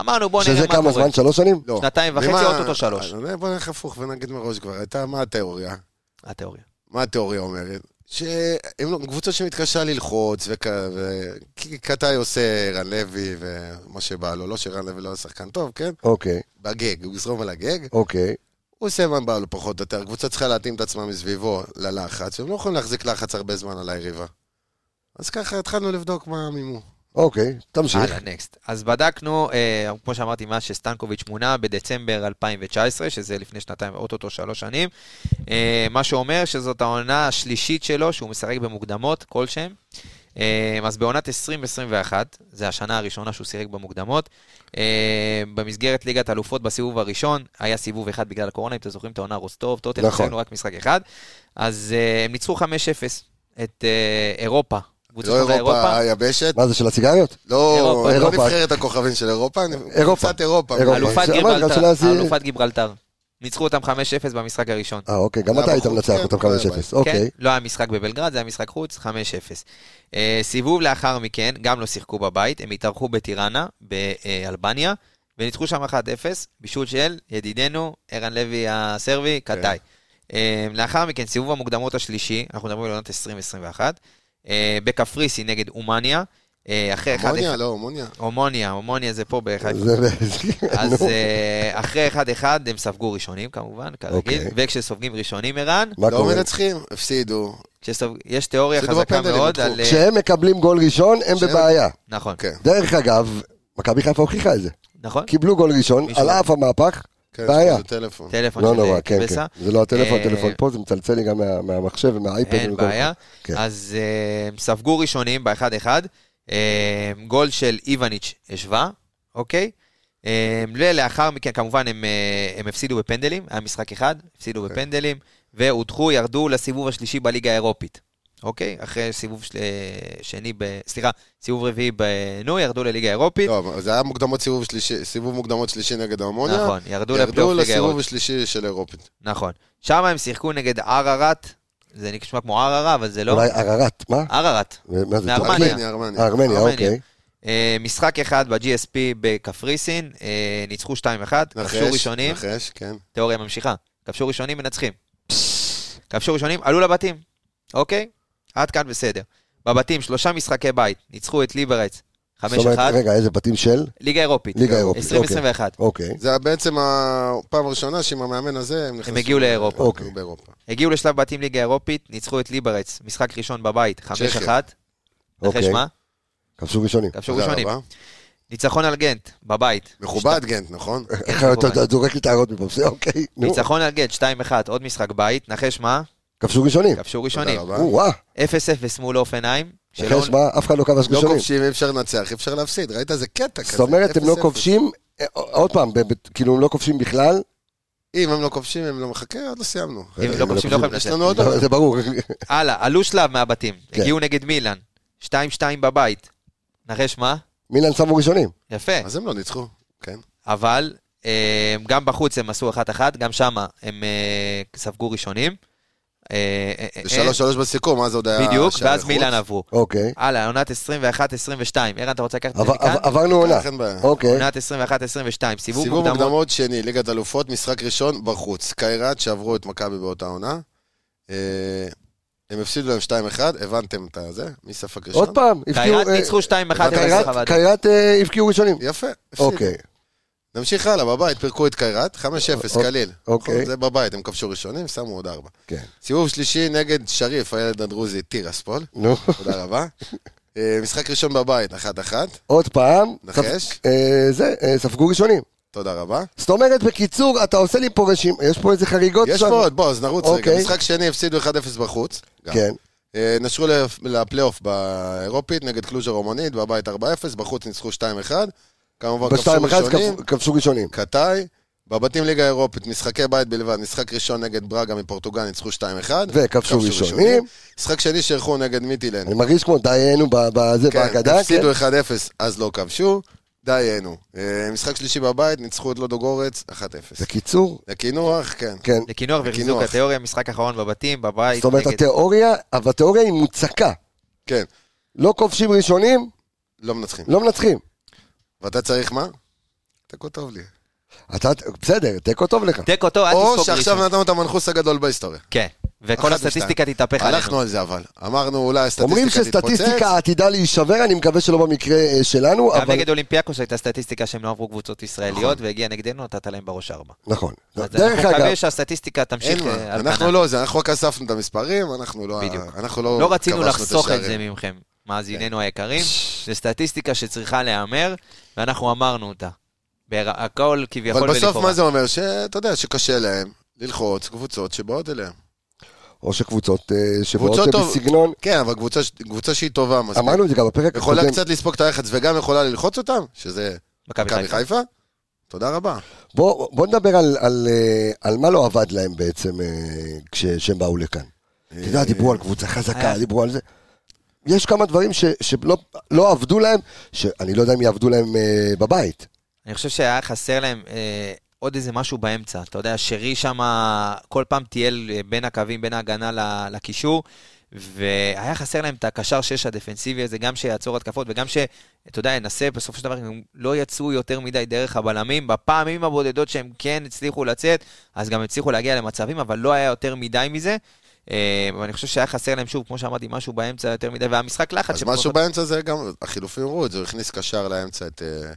S5: אמרנו, בואו נראה
S1: שזה
S5: מה
S1: כמה
S5: קורה.
S1: זמן? שלוש שנים?
S6: לא.
S5: שנתיים וחצי,
S6: ממה-
S5: אוטוטו שלוש.
S6: אה, בוא נלך הפוך ונגיד מראש כבר. הייתה, מה התיאוריה?
S5: התיאוריה.
S6: מה התיאוריה אומרת? שהם לא- קבוצה שמתקשה ללחוץ, וכ- ו- כי קטעי עושה רן לוי ומה שבא לו, לא שרן לוי לא היה שחקן טוב, כן?
S1: אוקיי,
S6: בגג, הוא יזרום על הגג,
S1: אוקיי.
S6: הוא עושה מה בא לו פחות או יותר, הקבוצה צריכה להתאים את עצמה מסביבו ללחץ, והם לא יכולים להחזיק לחץ הרבה זמן על היריבה. אז ככה התחלנו לבדוק מה המימו.
S1: אוקיי, תמשיך.
S5: הלאה, נקסט. אז בדקנו, אה, כמו שאמרתי, מאז שסטנקוביץ' מונה בדצמבר 2019, שזה לפני שנתיים, אוטוטו שלוש שנים. אה, מה שאומר שזאת העונה השלישית שלו, שהוא משחק במוקדמות כלשהם. אה, אז בעונת 2021, זו השנה הראשונה שהוא שיחק במוקדמות. אה, במסגרת ליגת אלופות בסיבוב הראשון, היה סיבוב אחד בגלל הקורונה, אם אתם זוכרים את העונה רוסטוב, טוטל,
S1: נכון.
S5: נכון. רק משחק אחד. אז אה, הם ניצחו 5-0 את אה, אירופה. קבוצת
S6: לא
S5: חברה
S6: אירופה, היבשת,
S1: מה זה, של הסיגריות?
S6: לא
S5: אירופה.
S6: לא
S1: אירופה.
S6: נבחרת הכוכבים של אירופה,
S1: אירופה.
S6: קבוצת אירופה.
S1: אירופה.
S5: אלופת
S1: אמרתי, גם
S5: גיברלטר,
S1: שלה זה-
S5: אלופת גיברלטר. ניצחו אותם 5-0 במשחק הראשון.
S1: אה, אוקיי, גם אתה
S6: בחוץ,
S1: היית מנצח
S6: כן,
S1: אותם 5-0.
S5: כן,
S1: אוקיי,
S5: לא היה משחק בבלגרד, זה היה משחק חוץ, 5-0. אה, סיבוב לאחר מכן, גם לא שיחקו בבית, הם התארחו בטיראנה, באלבניה, וניצחו שם 1-0, בישול של ידידנו, ערן לוי הסרבי,
S1: כן.
S5: קטאי. אה, לאחר מכן, סיבוב המוקדמות השלישי, אנחנו מדברים על עונת 2021, אה, בקפריסין נגד אומניה, אה, אחרי 1-1.
S6: המוניה, לא, המוניה.
S5: הומוניה, הומוניה זה פה בחיפה.
S1: זה- זה-
S5: כן, אז
S1: נו,
S5: אה, אחרי 1-1 הם ספגו ראשונים כמובן, כרגיל,
S1: אוקיי.
S5: וכשסופגים ראשונים, ערן,
S1: מה
S6: לא
S1: קורה?
S6: מנצחים, הפסידו.
S5: כשסופג- יש תיאוריה
S6: הפסידו
S5: חזקה
S6: בפנדלים,
S5: מאוד
S6: לקחו.
S5: על... אה,
S1: כשהם מקבלים גול ראשון, הם
S6: כשהם-
S1: בבעיה.
S5: נכון,
S6: כן.
S1: דרך אגב, מכבי חיפה הוכיחה את זה.
S5: נכון?
S1: קיבלו גול ראשון,
S5: מישהו-
S1: על אף המהפך,
S6: כן,
S1: בעיה.
S6: זה טלפון.
S5: טלפון
S1: לא
S5: של אה,
S1: נורא, כן,
S5: קבסה.
S1: כן. זה לא הטלפון,
S5: אה,
S1: הטלפון פה, זה מצלצל לי גם מה- מהמחשב ומהאייפד.
S5: אין
S1: ומכל-
S5: בעיה.
S1: כן.
S5: אז אה, הם ספגו ראשונים ב-1-1, אה, גול של איווניץ' השווה, אוקיי? אה, ולאחר מכן, כמובן, הם, אה, הם הפסידו בפנדלים, היה משחק אחד,
S6: כן.
S5: הפסידו בפנדלים, והודחו, ירדו לסיבוב השלישי בליגה האירופית, אוקיי? אחרי סיבוב של- אה, שני, ב- סליחה, סיבוב רביעי בנו, ירדו לליגה האירופית,
S6: לא, אבל זה היה מוקדמות סיבוב שלישי, סיבוב מוקדמות שלישי נגד ההמוניה.
S5: נכון, ירדו
S6: ירדו
S5: לפלייאוף ליגה
S6: לסיבוב
S5: האירופית,
S6: השלישי של אירופית.
S5: נכון. שם הם שיחקו נגד ערערת, זה נשמע כמו ערערה, אבל זה לא,
S1: אולי ערערת, מה?
S5: ערערת.
S1: מה זה?
S5: מארמניה.
S1: טורקיה?
S6: ארמניה, ארמניה.
S1: אה, ארמניה,
S5: ארמניה.
S1: אוקיי.
S5: אה, משחק אחד ב-GSP בקפריסין, אה, ניצחו 2-1, כבשו
S6: נחש,
S5: ראשונים,
S6: נחש, כן.
S5: תיאוריה ממשיכה, כבשו ראשונים, מנצחים. כבשו ראשונים, עלו לבתים, אוקיי? עד כאן בסדר. בבתים, שלושה משחקי בית, ניצחו את ליברייץ, 5-1,
S1: זאת אומרת, רגע, איזה בתים של?
S5: ליגה אירופית,
S1: ליגה אירופית, אוקיי.
S5: 2021.
S1: אוקיי.
S6: זה היה בעצם הפעם הראשונה שעם המאמן הזה הם נכנסו...
S5: הגיעו לאירופה.
S1: אוקיי.
S6: באירופה.
S5: הגיעו לשלב בתים ליגה אירופית, ניצחו את ליברייץ, משחק ראשון בבית, 5-1, נחש
S1: אוקיי.
S5: מה?
S1: כבשו ראשונים.
S5: כבשו
S6: תודה
S5: ראשונים.
S6: רבה.
S5: ניצחון על גנט, בבית.
S6: מכובד גנט, נכון?
S5: כן,
S1: איך אתה אתה זורק לי את הערות מפה, בסדר, אוקיי. נו.
S5: ניצחון על גנט, 2-1, עוד משחק בית, נחש מה?
S1: כבשו ראשונים.
S5: כבשו ראשונים.
S6: רבה.
S1: או, וואה,
S5: 0-0 מול אופנהיים. שלא-
S1: נחש מה, אף אחד לא כבש
S6: לא
S1: ראשונים.
S6: כובשים, אי אפשר לנצח, אי אפשר להפסיד. ראית איזה קטע כזה?
S1: זאת אומרת, הם לא
S6: 0-0.
S1: כובשים, אה, עוד פעם, ב- ב- כאילו הם לא כובשים בכלל.
S6: אם הם לא כובשים, הם לא מחכה, עוד לא סיימנו.
S5: אם לא כובשים, לא יכולים
S6: יש
S5: לנצח.
S6: לנו עוד...
S1: לא, זה ברור.
S5: הלאה, עלו שלב מהבתים.
S1: כן.
S5: הגיעו נגד מילאן. 2-2 בבית. נחש מה? דבר.
S1: מילן שמו ראשונים.
S5: יפה.
S6: אז הם לא ניצחו, כן.
S5: אבל אה, גם בחוץ הם עשו 1-1, גם שם הם אה, ספגו ראשונים. אה, אה, אה,
S6: זה שלוש שלוש בסיכום, אז עוד היה...
S5: בדיוק,
S6: שער
S5: ואז
S6: לחוץ.
S5: מילאן עברו.
S1: אוקיי.
S5: הלאה, עונת 21-22. ערן, אתה רוצה לקחת את זה
S1: עבר-
S5: מכאן?
S1: עבר- עברנו עונה.
S6: אין בעיה.
S1: אוקיי.
S5: עונת 21-22. סיבוב
S6: סיבוב
S5: מוקדמות.
S6: מוקדמות שני, ליגת אלופות, משחק ראשון בחוץ. קיירת שעברו את מכבי באותה עונה. אה, הם הפסידו להם 2-1, הבנתם את הזה? מי ספק ראשון?
S1: עוד פעם,
S5: קיירת
S1: אה,
S5: ניצחו 2-1 את
S1: קיירת-
S5: חוות דעת.
S1: קיירת אה, הבקיעו ראשונים.
S6: יפה, הפסידו.
S1: אוקיי.
S6: נמשיך הלאה, בבית פירקו את קיירת, 5-0,
S1: אוק-
S6: קליל.
S1: אוקיי.
S6: נכון, זה בבית, הם כבשו ראשונים, שמו עוד 4.
S1: כן.
S6: סיבוב שלישי נגד שריף, הילד הדרוזי, טירספול.
S1: נו.
S6: תודה רבה. אה, משחק ראשון בבית, אחת אחת.
S1: עוד פעם,
S6: נחש.
S1: ספ- אה, זה, אה, ספגו ראשונים.
S6: תודה רבה.
S1: זאת אומרת, בקיצור, אתה עושה לי פה רשימה, יש פה איזה חריגות
S6: יש פה עוד, בוא, אז נרוץ רגע.
S1: אוקיי.
S6: משחק שני הפסידו 1-0 בחוץ. גם.
S1: כן,
S6: אה, נשרו לפ- לפלייאוף באירופית נגד קלוז'ה רומנית, בבית 4-0, בחוץ ניצחו 2-1. כמובן כבשו
S1: בשתיים אחד
S6: ראשונים,
S1: כבש- כבשו ראשונים.
S6: קטאי. בבתים ליגה האירופית, משחקי בית בלבד, משחק ראשון נגד ברגה מפורטוגל, ניצחו 2-1.
S1: וכבשו ראשונים.
S6: משחק שני שאירחו נגד מיטילנד.
S1: אני מרגיש כמו דיינו ב- בזה,
S6: כן,
S1: בהגדה, כן?
S6: הפסידו 1-0, אז לא כבשו. דיינו. אה, משחק שלישי בבית, ניצחו את לודוגורץ, 1-0.
S1: בקיצור,
S6: לקינוח, כן.
S1: כאילו- כן.
S5: לקינוח וחיזוק
S6: לקינוח.
S5: התיאוריה, משחק אחרון בבתים, בבית.
S1: זאת אומרת,
S5: נגד-
S1: התיאוריה, אבל התיאוריה היא מוצקה.
S6: כן,
S1: לא כובשים ראשונים,
S6: לא מנצחים.
S1: לא מנצחים.
S6: ואתה צריך מה? תיקו טוב לי.
S1: אתה, בסדר, תיקו טוב לך.
S5: תיקו טוב, אל
S6: או
S5: תספוג
S6: שעכשיו
S5: ראשון.
S6: נתנו את המנחוס הגדול בהיסטוריה.
S5: כן,
S6: אחת
S5: וכל הסטטיסטיקה
S6: ושתיים.
S5: תתהפך עלינו.
S6: הלכנו על זה אבל. אמרנו אולי
S1: אומרים
S6: הסטטיסטיקה תתפוצץ.
S1: שסטטיסטיקה עתידה להישבר, אני מקווה שלא במקרה אה, שלנו,
S5: גם
S1: אבל...
S5: נגד אולימפיאקוס הייתה סטטיסטיקה שהם לא עברו קבוצות
S6: נכון.
S5: ישראליות, והגיע נגדנו, נתת להם בראש ארבע.
S1: נכון.
S5: אז
S1: דרך
S5: אנחנו
S1: אגב,
S5: מקווים שהסטטיסטיקה תמשיך
S6: לא, אין
S5: אה,
S6: מה,
S5: על
S6: אנחנו
S5: כנה.
S6: לא זה, אנחנו רק אספנו את המספרים, אנחנו לא...
S5: בדיוק.
S6: אנחנו לא...
S5: לא רצינו
S6: כבשנו את
S5: לחסוך את
S6: השערים. כן.
S5: זה ממכם, מאזיננו היקרים. זו סטטיסטיקה שצריכה להיאמר, ואנחנו אמרנו אותה. בר- הכל כביכול
S6: אבל
S5: ולכאורה.
S6: בסוף מה זה אומר? שאתה יודע, שקשה להם ללחוץ קבוצות שבאות אליהם.
S1: או שקבוצות אה, שבאות
S6: קבוצות טוב.
S1: בסגנון,
S6: כן, אבל קבוצה ש- קבוצה שהיא טובה מספיק.
S1: אמרנו את זה גם בפרק
S6: יכולה
S1: הקודם.
S6: קצת לספוג את הלחץ וגם יכולה ללחוץ אותם, שזה
S5: מכבי
S6: מכבי
S5: חיפה.
S6: חיפה. תודה רבה.
S1: בוא בוא נדבר על- על, אה, על מה לא עבד להם בעצם אה, כשהם באו לכאן. אתה יודע, דיברו על קבוצה חזקה,
S5: היה-
S6: אה.
S1: דיברו על זה. יש כמה דברים ש- שלא לא עבדו להם, שאני לא יודע אם יעבדו להם אה, בבית.
S5: אני חושב שהיה חסר להם אה, עוד איזה משהו באמצע. אתה יודע, שרי שם כל פעם טייל אה, בין הקווים, בין ההגנה ל- לקישור, והיה חסר להם את הקשר שש הדפנסיבי הזה, גם שיעצור התקפות וגם ש... אתה יודע, ינסה, בסופו של דבר הם לא יצאו יותר מדי דרך הבלמים. בפעמים הבודדות שהם כן הצליחו לצאת, אז גם הצליחו להגיע למצבים, אבל לא היה יותר מדי מזה. אה, אבל אני חושב שהיה חסר להם, שוב, כמו שאמרתי, משהו באמצע יותר מדי, והמשחק לחץ...
S6: אז
S5: שפחות-
S6: משהו באמצע זה גם, החילופים אמרו את זה, הוא הכניס קשר לאמצע את אה,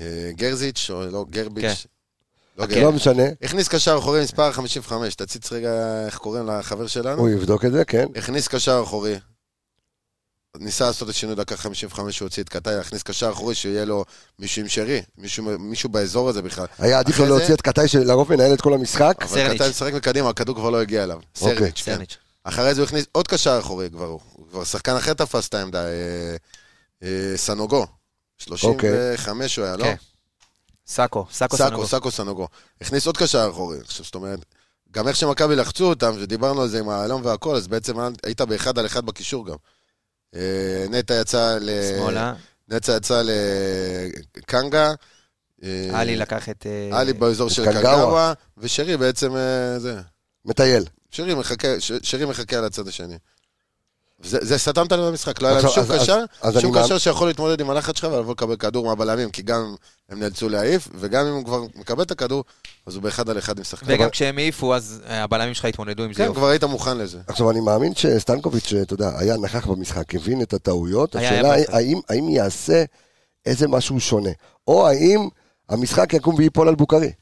S6: אה, גרזיץ', או לא,
S5: כן.
S6: גרביץ'. לא גרביץ'.
S1: לא משנה,
S6: הכניס קשר אחורי מספר 55, תציץ רגע איך קוראים לחבר שלנו.
S1: הוא יבדוק את זה, כן.
S6: הכניס קשר אחורי. ניסה לעשות את השינוי דקה 55, הוא הוציא את קטאי, להכניס קשר אחורי, שיהיה לו מישהו עם שרי, מישהו, מישהו באזור הזה בכלל.
S1: היה עדיף
S6: אחרי
S1: לו להוציא
S6: זה-
S1: את קטעי שלרוב מנהל את כל המשחק.
S6: אבל
S5: סרניץ'.
S6: קטאי משחק מקדימה, הכדור כבר לא הגיע אליו.
S1: אוקיי.
S6: סרניץ', כן.
S5: סרניץ'.
S6: אחרי זה הוא הכניס עוד קשר אחורי כבר, הוא הוא כבר שחקן אחר תפס את העמדה, אה, אה, סנוגו. 35 הוא היה, לא?
S5: כן. סאקו, סאקו
S6: סאקו,
S5: סנגו.
S6: סאקו סנוגו. הכניס עוד קשר אחורי. עכשיו, זאת אומרת, גם איך שמכבי לחצו אותם, ודיברנו על זה עם האלום והכל, אז בעצם היית באחד על אחד בקישור גם. אה, נטע יצא ל...
S5: שמאלה.
S6: נצה יצא לקנגה. אה,
S5: עלי לקח את... אה,
S6: עלי באזור של
S1: קנגאווה.
S6: קנגאווה, ושרי בעצם אה, זה.
S1: מטייל.
S6: שרי מחכה, ש- שרי מחכה על הצד השני. זה, זה סתם אותנו במשחק, לא היה להם
S1: עכשיו,
S6: שום
S1: אז-
S6: קשר,
S1: אז אני
S6: שום
S1: מאמין-
S6: קשר שיכול להתמודד עם הלחץ שלך ולבוא לקבל כדור מהבלמים, כי גם הם נאלצו להעיף, וגם אם הוא כבר מקבל את הכדור, אז הוא באחד על אחד עם שחקן.
S5: וגם כשהם העיפו, אז אה, הבלמים שלך התמודדו עם זה.
S6: כן, כבר היית מוכן לזה.
S1: עכשיו, אני מאמין שסטנקוביץ', אה, אתה יודע, היה נכח במשחק, הבין את הטעויות.
S5: היה,
S1: השאלה
S5: היה
S1: היא, האם- האם יעשה איזה משהו שונה, או האם המשחק יקום וייפול על בוקרי.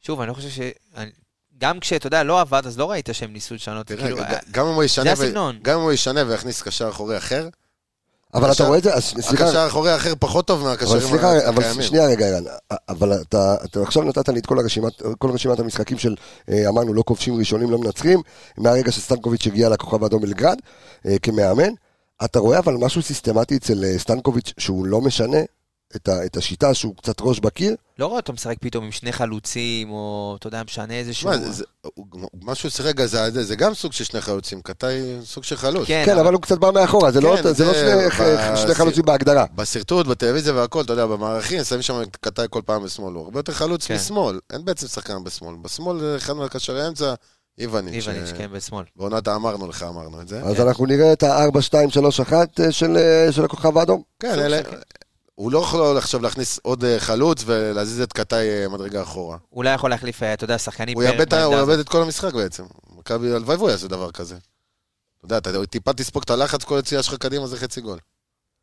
S5: שוב, אני לא חושב ש... אני- גם כשאתה יודע, לא עבד, אז לא ראית שהם ניסו לשנות.
S6: תראה,
S5: כאילו,
S6: ג-
S5: אה,
S6: גם אם הוא ישנה ו-
S5: הסגנון.
S6: גם אם הוא ישנה ויכניס קשר אחורי אחר,
S1: אבל אתה
S6: הקשר-
S1: רואה את זה, אז סליחה,
S6: הקשר האחורי האחר פחות טוב
S1: אבל
S6: מהקשרים
S1: סליחה, אבל
S6: הקיימים.
S1: שנייה רגע, ערן, אה, אבל אתה, אתה עכשיו נתת לי את כל רשימת, כל רשימת המשחקים של, אה, אמרנו, לא כובשים ראשונים, לא מנצחים, מהרגע שסטנקוביץ' הגיע לכוכב האדום בלגרד אה, כמאמן. אתה רואה אבל משהו סיסטמטי אצל אה, סטנקוביץ' שהוא לא משנה את, ה, את השיטה, שהוא קצת ראש בקיר?
S5: לא רואה אותו משחק פתאום עם שני חלוצים, או אתה יודע, משנה איזשהו...
S6: תשמע, זה- זה- הוא- מה שהוא שיחק אז זה זה גם סוג של שני חלוצים, קטעי סוג של חלוץ.
S5: כן,
S1: כן, אבל הוא קצת בא מאחורה, זה לא,
S6: כן,
S1: זה
S6: זה
S1: לא שני,
S6: ב-
S1: שני חלוצים בהגדרה.
S5: כן.
S6: בשרטוט, בטלוויזיה והכל, אתה יודע, במערכים, שמים שם את קטעי כל פעם בשמאל, הוא הרבה יותר חלוץ
S5: כן.
S6: משמאל, אין בעצם שחקן בשמאל. בשמאל זה אחד מהקשרי האמצע, איווניץ'.
S5: איווניץ',
S6: אה,
S5: כן, בשמאל.
S6: בעונת האמרנו לך, אמרנו את זה.
S1: אז אנחנו נראה את ה-4, 2, 3, 1 של, אה, של הכוכב האדום.
S6: כן, אלה... הוא לא יכול עכשיו להכניס עוד אה, חלוץ ולהזיז את קטעי אה, מדרגה אחורה.
S5: אולי יכול להחליף, אה, אתה יודע, שחקנים...
S6: הוא
S5: פר-
S6: יאבד את ה-
S5: בעמדה
S6: הוא
S5: הזאת.
S6: יאבד את כל המשחק בעצם. מכבי, הלוואי והוא יעשה דבר כזה. אתה יודע, אתה טיפה תספוג את הלחץ, כל יציאה שלך קדימה זה חצי גול.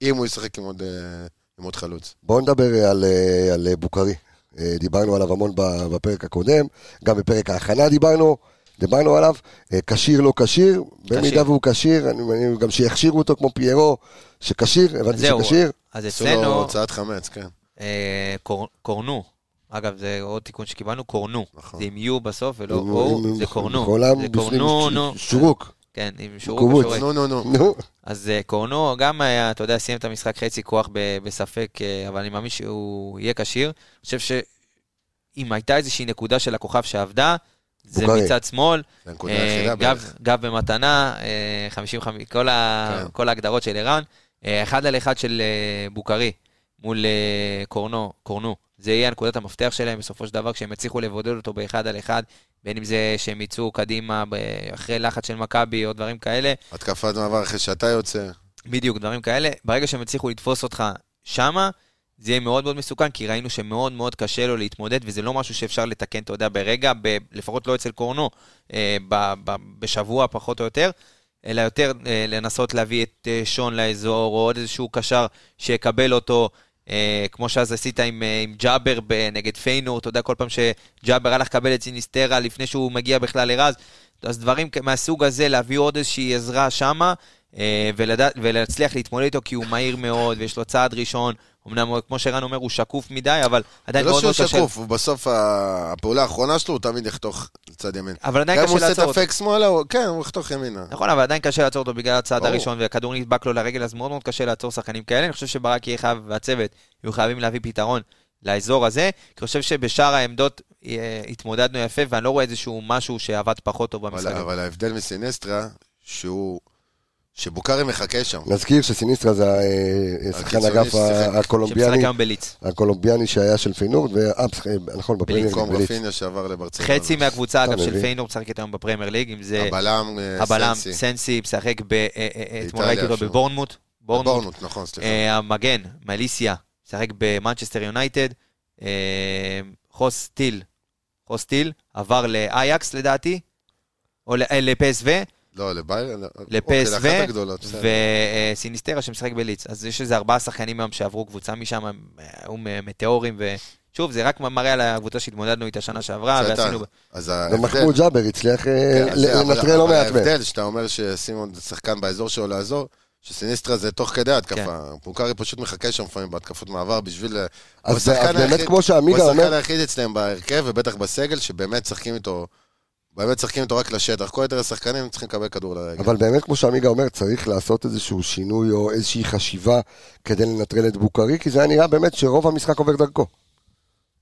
S6: אם הוא ישחק עם עוד, אה, עם עוד חלוץ.
S1: בואו נדבר אה, על, אה, על אה, בוקרי. אה, דיברנו עליו המון ב- בפרק הקודם, גם בפרק ההכנה דיברנו, דיברנו עליו, אה, כשיר לא כשיר, במידה והוא כשיר, אני אני- גם שיכשירו אותו כמו פיירו, שכשיר, הבנתי
S5: זהו.
S1: שכשיר,
S5: אז
S6: עשו לו
S5: אצלנו,
S6: לא הוצאת חמץ, כן.
S5: אה, קור- קורנו. אגב, זה עוד תיקון שקיבלנו, קורנו.
S6: נכון.
S5: זה עם יו בסוף ולא
S1: עם-
S5: או,
S1: עם-
S5: לא, זה קורנו.
S1: כל
S5: זה
S1: העם בפנים
S5: קורנו,
S1: ש-
S5: נו.
S1: שורוק.
S5: כן, עם שורוק
S1: קובוץ.
S5: ושורק.
S6: נו, נו, נו.
S1: נו,
S5: אז אה, קורנו גם היה, אתה יודע, סיים את המשחק חצי כוח ב- בספק, אה, אבל אני מאמין שהוא יהיה כשיר. אני חושב שאם הייתה איזושהי נקודה של הכוכב שעבדה, זה
S1: בוקרי.
S5: מצד שמאל.
S6: זה הנקודה
S5: אה,
S6: היחידה
S5: גב-
S6: בערך.
S5: גב במתנה, אה, 55, כל ה-
S6: כן.
S5: כל ההגדרות של ערן. אה, אחד על אחד של אה, בוקרי מול אה, קורנו, קורנו. זה יהיה הנקודת המפתח שלהם בסופו של דבר, כשהם יצליחו לבודד אותו באחד על אחד, בין אם זה שהם יצאו קדימה ב- אחרי לחץ של מכבי או דברים כאלה.
S6: התקפת מעבר אחרי שאתה יוצא.
S5: בדיוק, דברים כאלה. ברגע שהם יצליחו לתפוס אותך שמה, זה יהיה מאוד מאוד מסוכן, כי ראינו שמאוד מאוד קשה לו להתמודד, וזה לא משהו שאפשר לתקן, אתה יודע, ברגע, ב- לפחות לא אצל קורנו, אה, ב- ב- בשבוע פחות או יותר, אלא יותר אה, לנסות להביא את אה, שון לאזור, או עוד איזשהו קשר שיקבל אותו. אה, כמו שאז עשית עם, אה, עם ג'אבר ב- נגד פיינור, אתה יודע, כל פעם שג'אבר הלך לקבל את סיניסטרה לפני שהוא מגיע בכלל לרז, אז דברים כ- מהסוג הזה, להביא עוד איזושהי עזרה שמה, אה, ולדע- ולהצליח להתמודד איתו, כי הוא מהיר מאוד, ויש לו צעד ראשון. אמנם, הוא- כמו שרן אומר, הוא שקוף מדי, אבל
S6: זה
S5: עדיין
S6: לא
S5: מאוד
S6: שהוא
S5: מאוד קשה.
S6: שקוף, הוא בסוף ה- הפעולה האחרונה שלו, הוא תמיד יחתוך לצד ימין.
S5: אבל
S6: גם
S5: עדיין
S6: אם
S5: קשה
S6: הוא עושה
S5: לעצור
S6: את
S5: אותו.
S6: הפייק שמאלה, הוא- כן, הוא יחתוך ימינה.
S5: נכון, אבל עדיין קשה לעצור אותו בגלל הצעד
S6: ברור.
S5: הראשון, והכדור נדבק לו לרגל, אז מאוד מאוד קשה לעצור שחקנים כאלה. אני חושב שברק יהיה חייב, והצוות יהיו חייבים להביא פתרון לאזור הזה, כי אני חושב שבשאר העמדות אה, התמודדנו יפה, ואני לא רואה איזשהו משהו שעבד פחות טוב
S6: אבל-
S5: במשחק. הזה.
S6: אבל ההבדל מסינסטרה, שהוא... שבוקארי מחכה שם.
S1: נזכיר שסיניסטרה זה אה, שחקן
S6: הקיצוני
S1: אגף ה-
S6: ששיחק.
S1: הקולומביאני,
S5: שמשחק היום בליץ.
S1: הקולומביאני שהיה של פינורד, ואה, נכון, בפרמייר
S6: במקום
S1: בליץ.
S6: רפיניה שעבר לברצלונה.
S5: חצי מהקבוצה,
S1: אתה
S5: אגב, של
S1: מבין.
S5: פיינור משחקת היום בפרמייר ליג, אם זה
S6: הבלם, אה,
S5: הבלם
S6: סנסי.
S5: סנסי, משחק ב... אה, אה, אה, אתמול
S6: באיטליה
S5: ראיתי אותו
S6: שם.
S5: בבורנמוט. בורנמוט.
S6: בורנות, נכון, סליחה.
S5: אה, המגן, מליסיה, משחק במנצ'סטר יונייטד. אה, חוס טיל, חוס טיל, עבר לאייקס לדעתי, או ל- אה, לפסו,
S6: לא, לביירן.
S5: לפסו,
S6: אוקיי, לאחת הגדולות, בסדר.
S5: וסיניסטרה שמשחק בליץ. אז יש איזה ארבעה שחקנים היום שעברו קבוצה משם, הם אה, היו מ- מטאורים, ושוב, זה רק מראה על הקבוצה שהתמודדנו איתה שנה שעברה,
S6: בסדר.
S5: אה, ועשינו...
S6: אז ההבדל-
S1: ומחמוד ג'אבר הצליח אה,
S6: כן, אז זה- אבל-
S1: לנטרל לא
S6: אבל
S1: מעט מהם.
S6: ההבדל שאתה אומר שסימון זה שחקן באזור שלו לעזור, שסיניסטרה זה תוך כדי התקפה. פוקארי פשוט מחכה שם לפעמים בהתקפות מעבר בשביל... הוא
S1: כן. אז זה-
S6: השחקן
S1: אז באמת
S6: היחיד-
S1: כמו שעמיגה
S6: הוא השחקן
S1: אומר,
S6: היחיד אצלם בהרכב, ובטח בסגל, שבאמת משחקים איתו... באמת משחקים איתו רק לשטח. כל יתר השחקנים צריכים לקבל כדור לרגל.
S1: אבל באמת כמו שעמיגה אומר, צריך לעשות איזשהו שינוי או איזושהי חשיבה כדי לנטרל את בוקרי, כי זה היה נראה באמת שרוב המשחק עובר דרכו.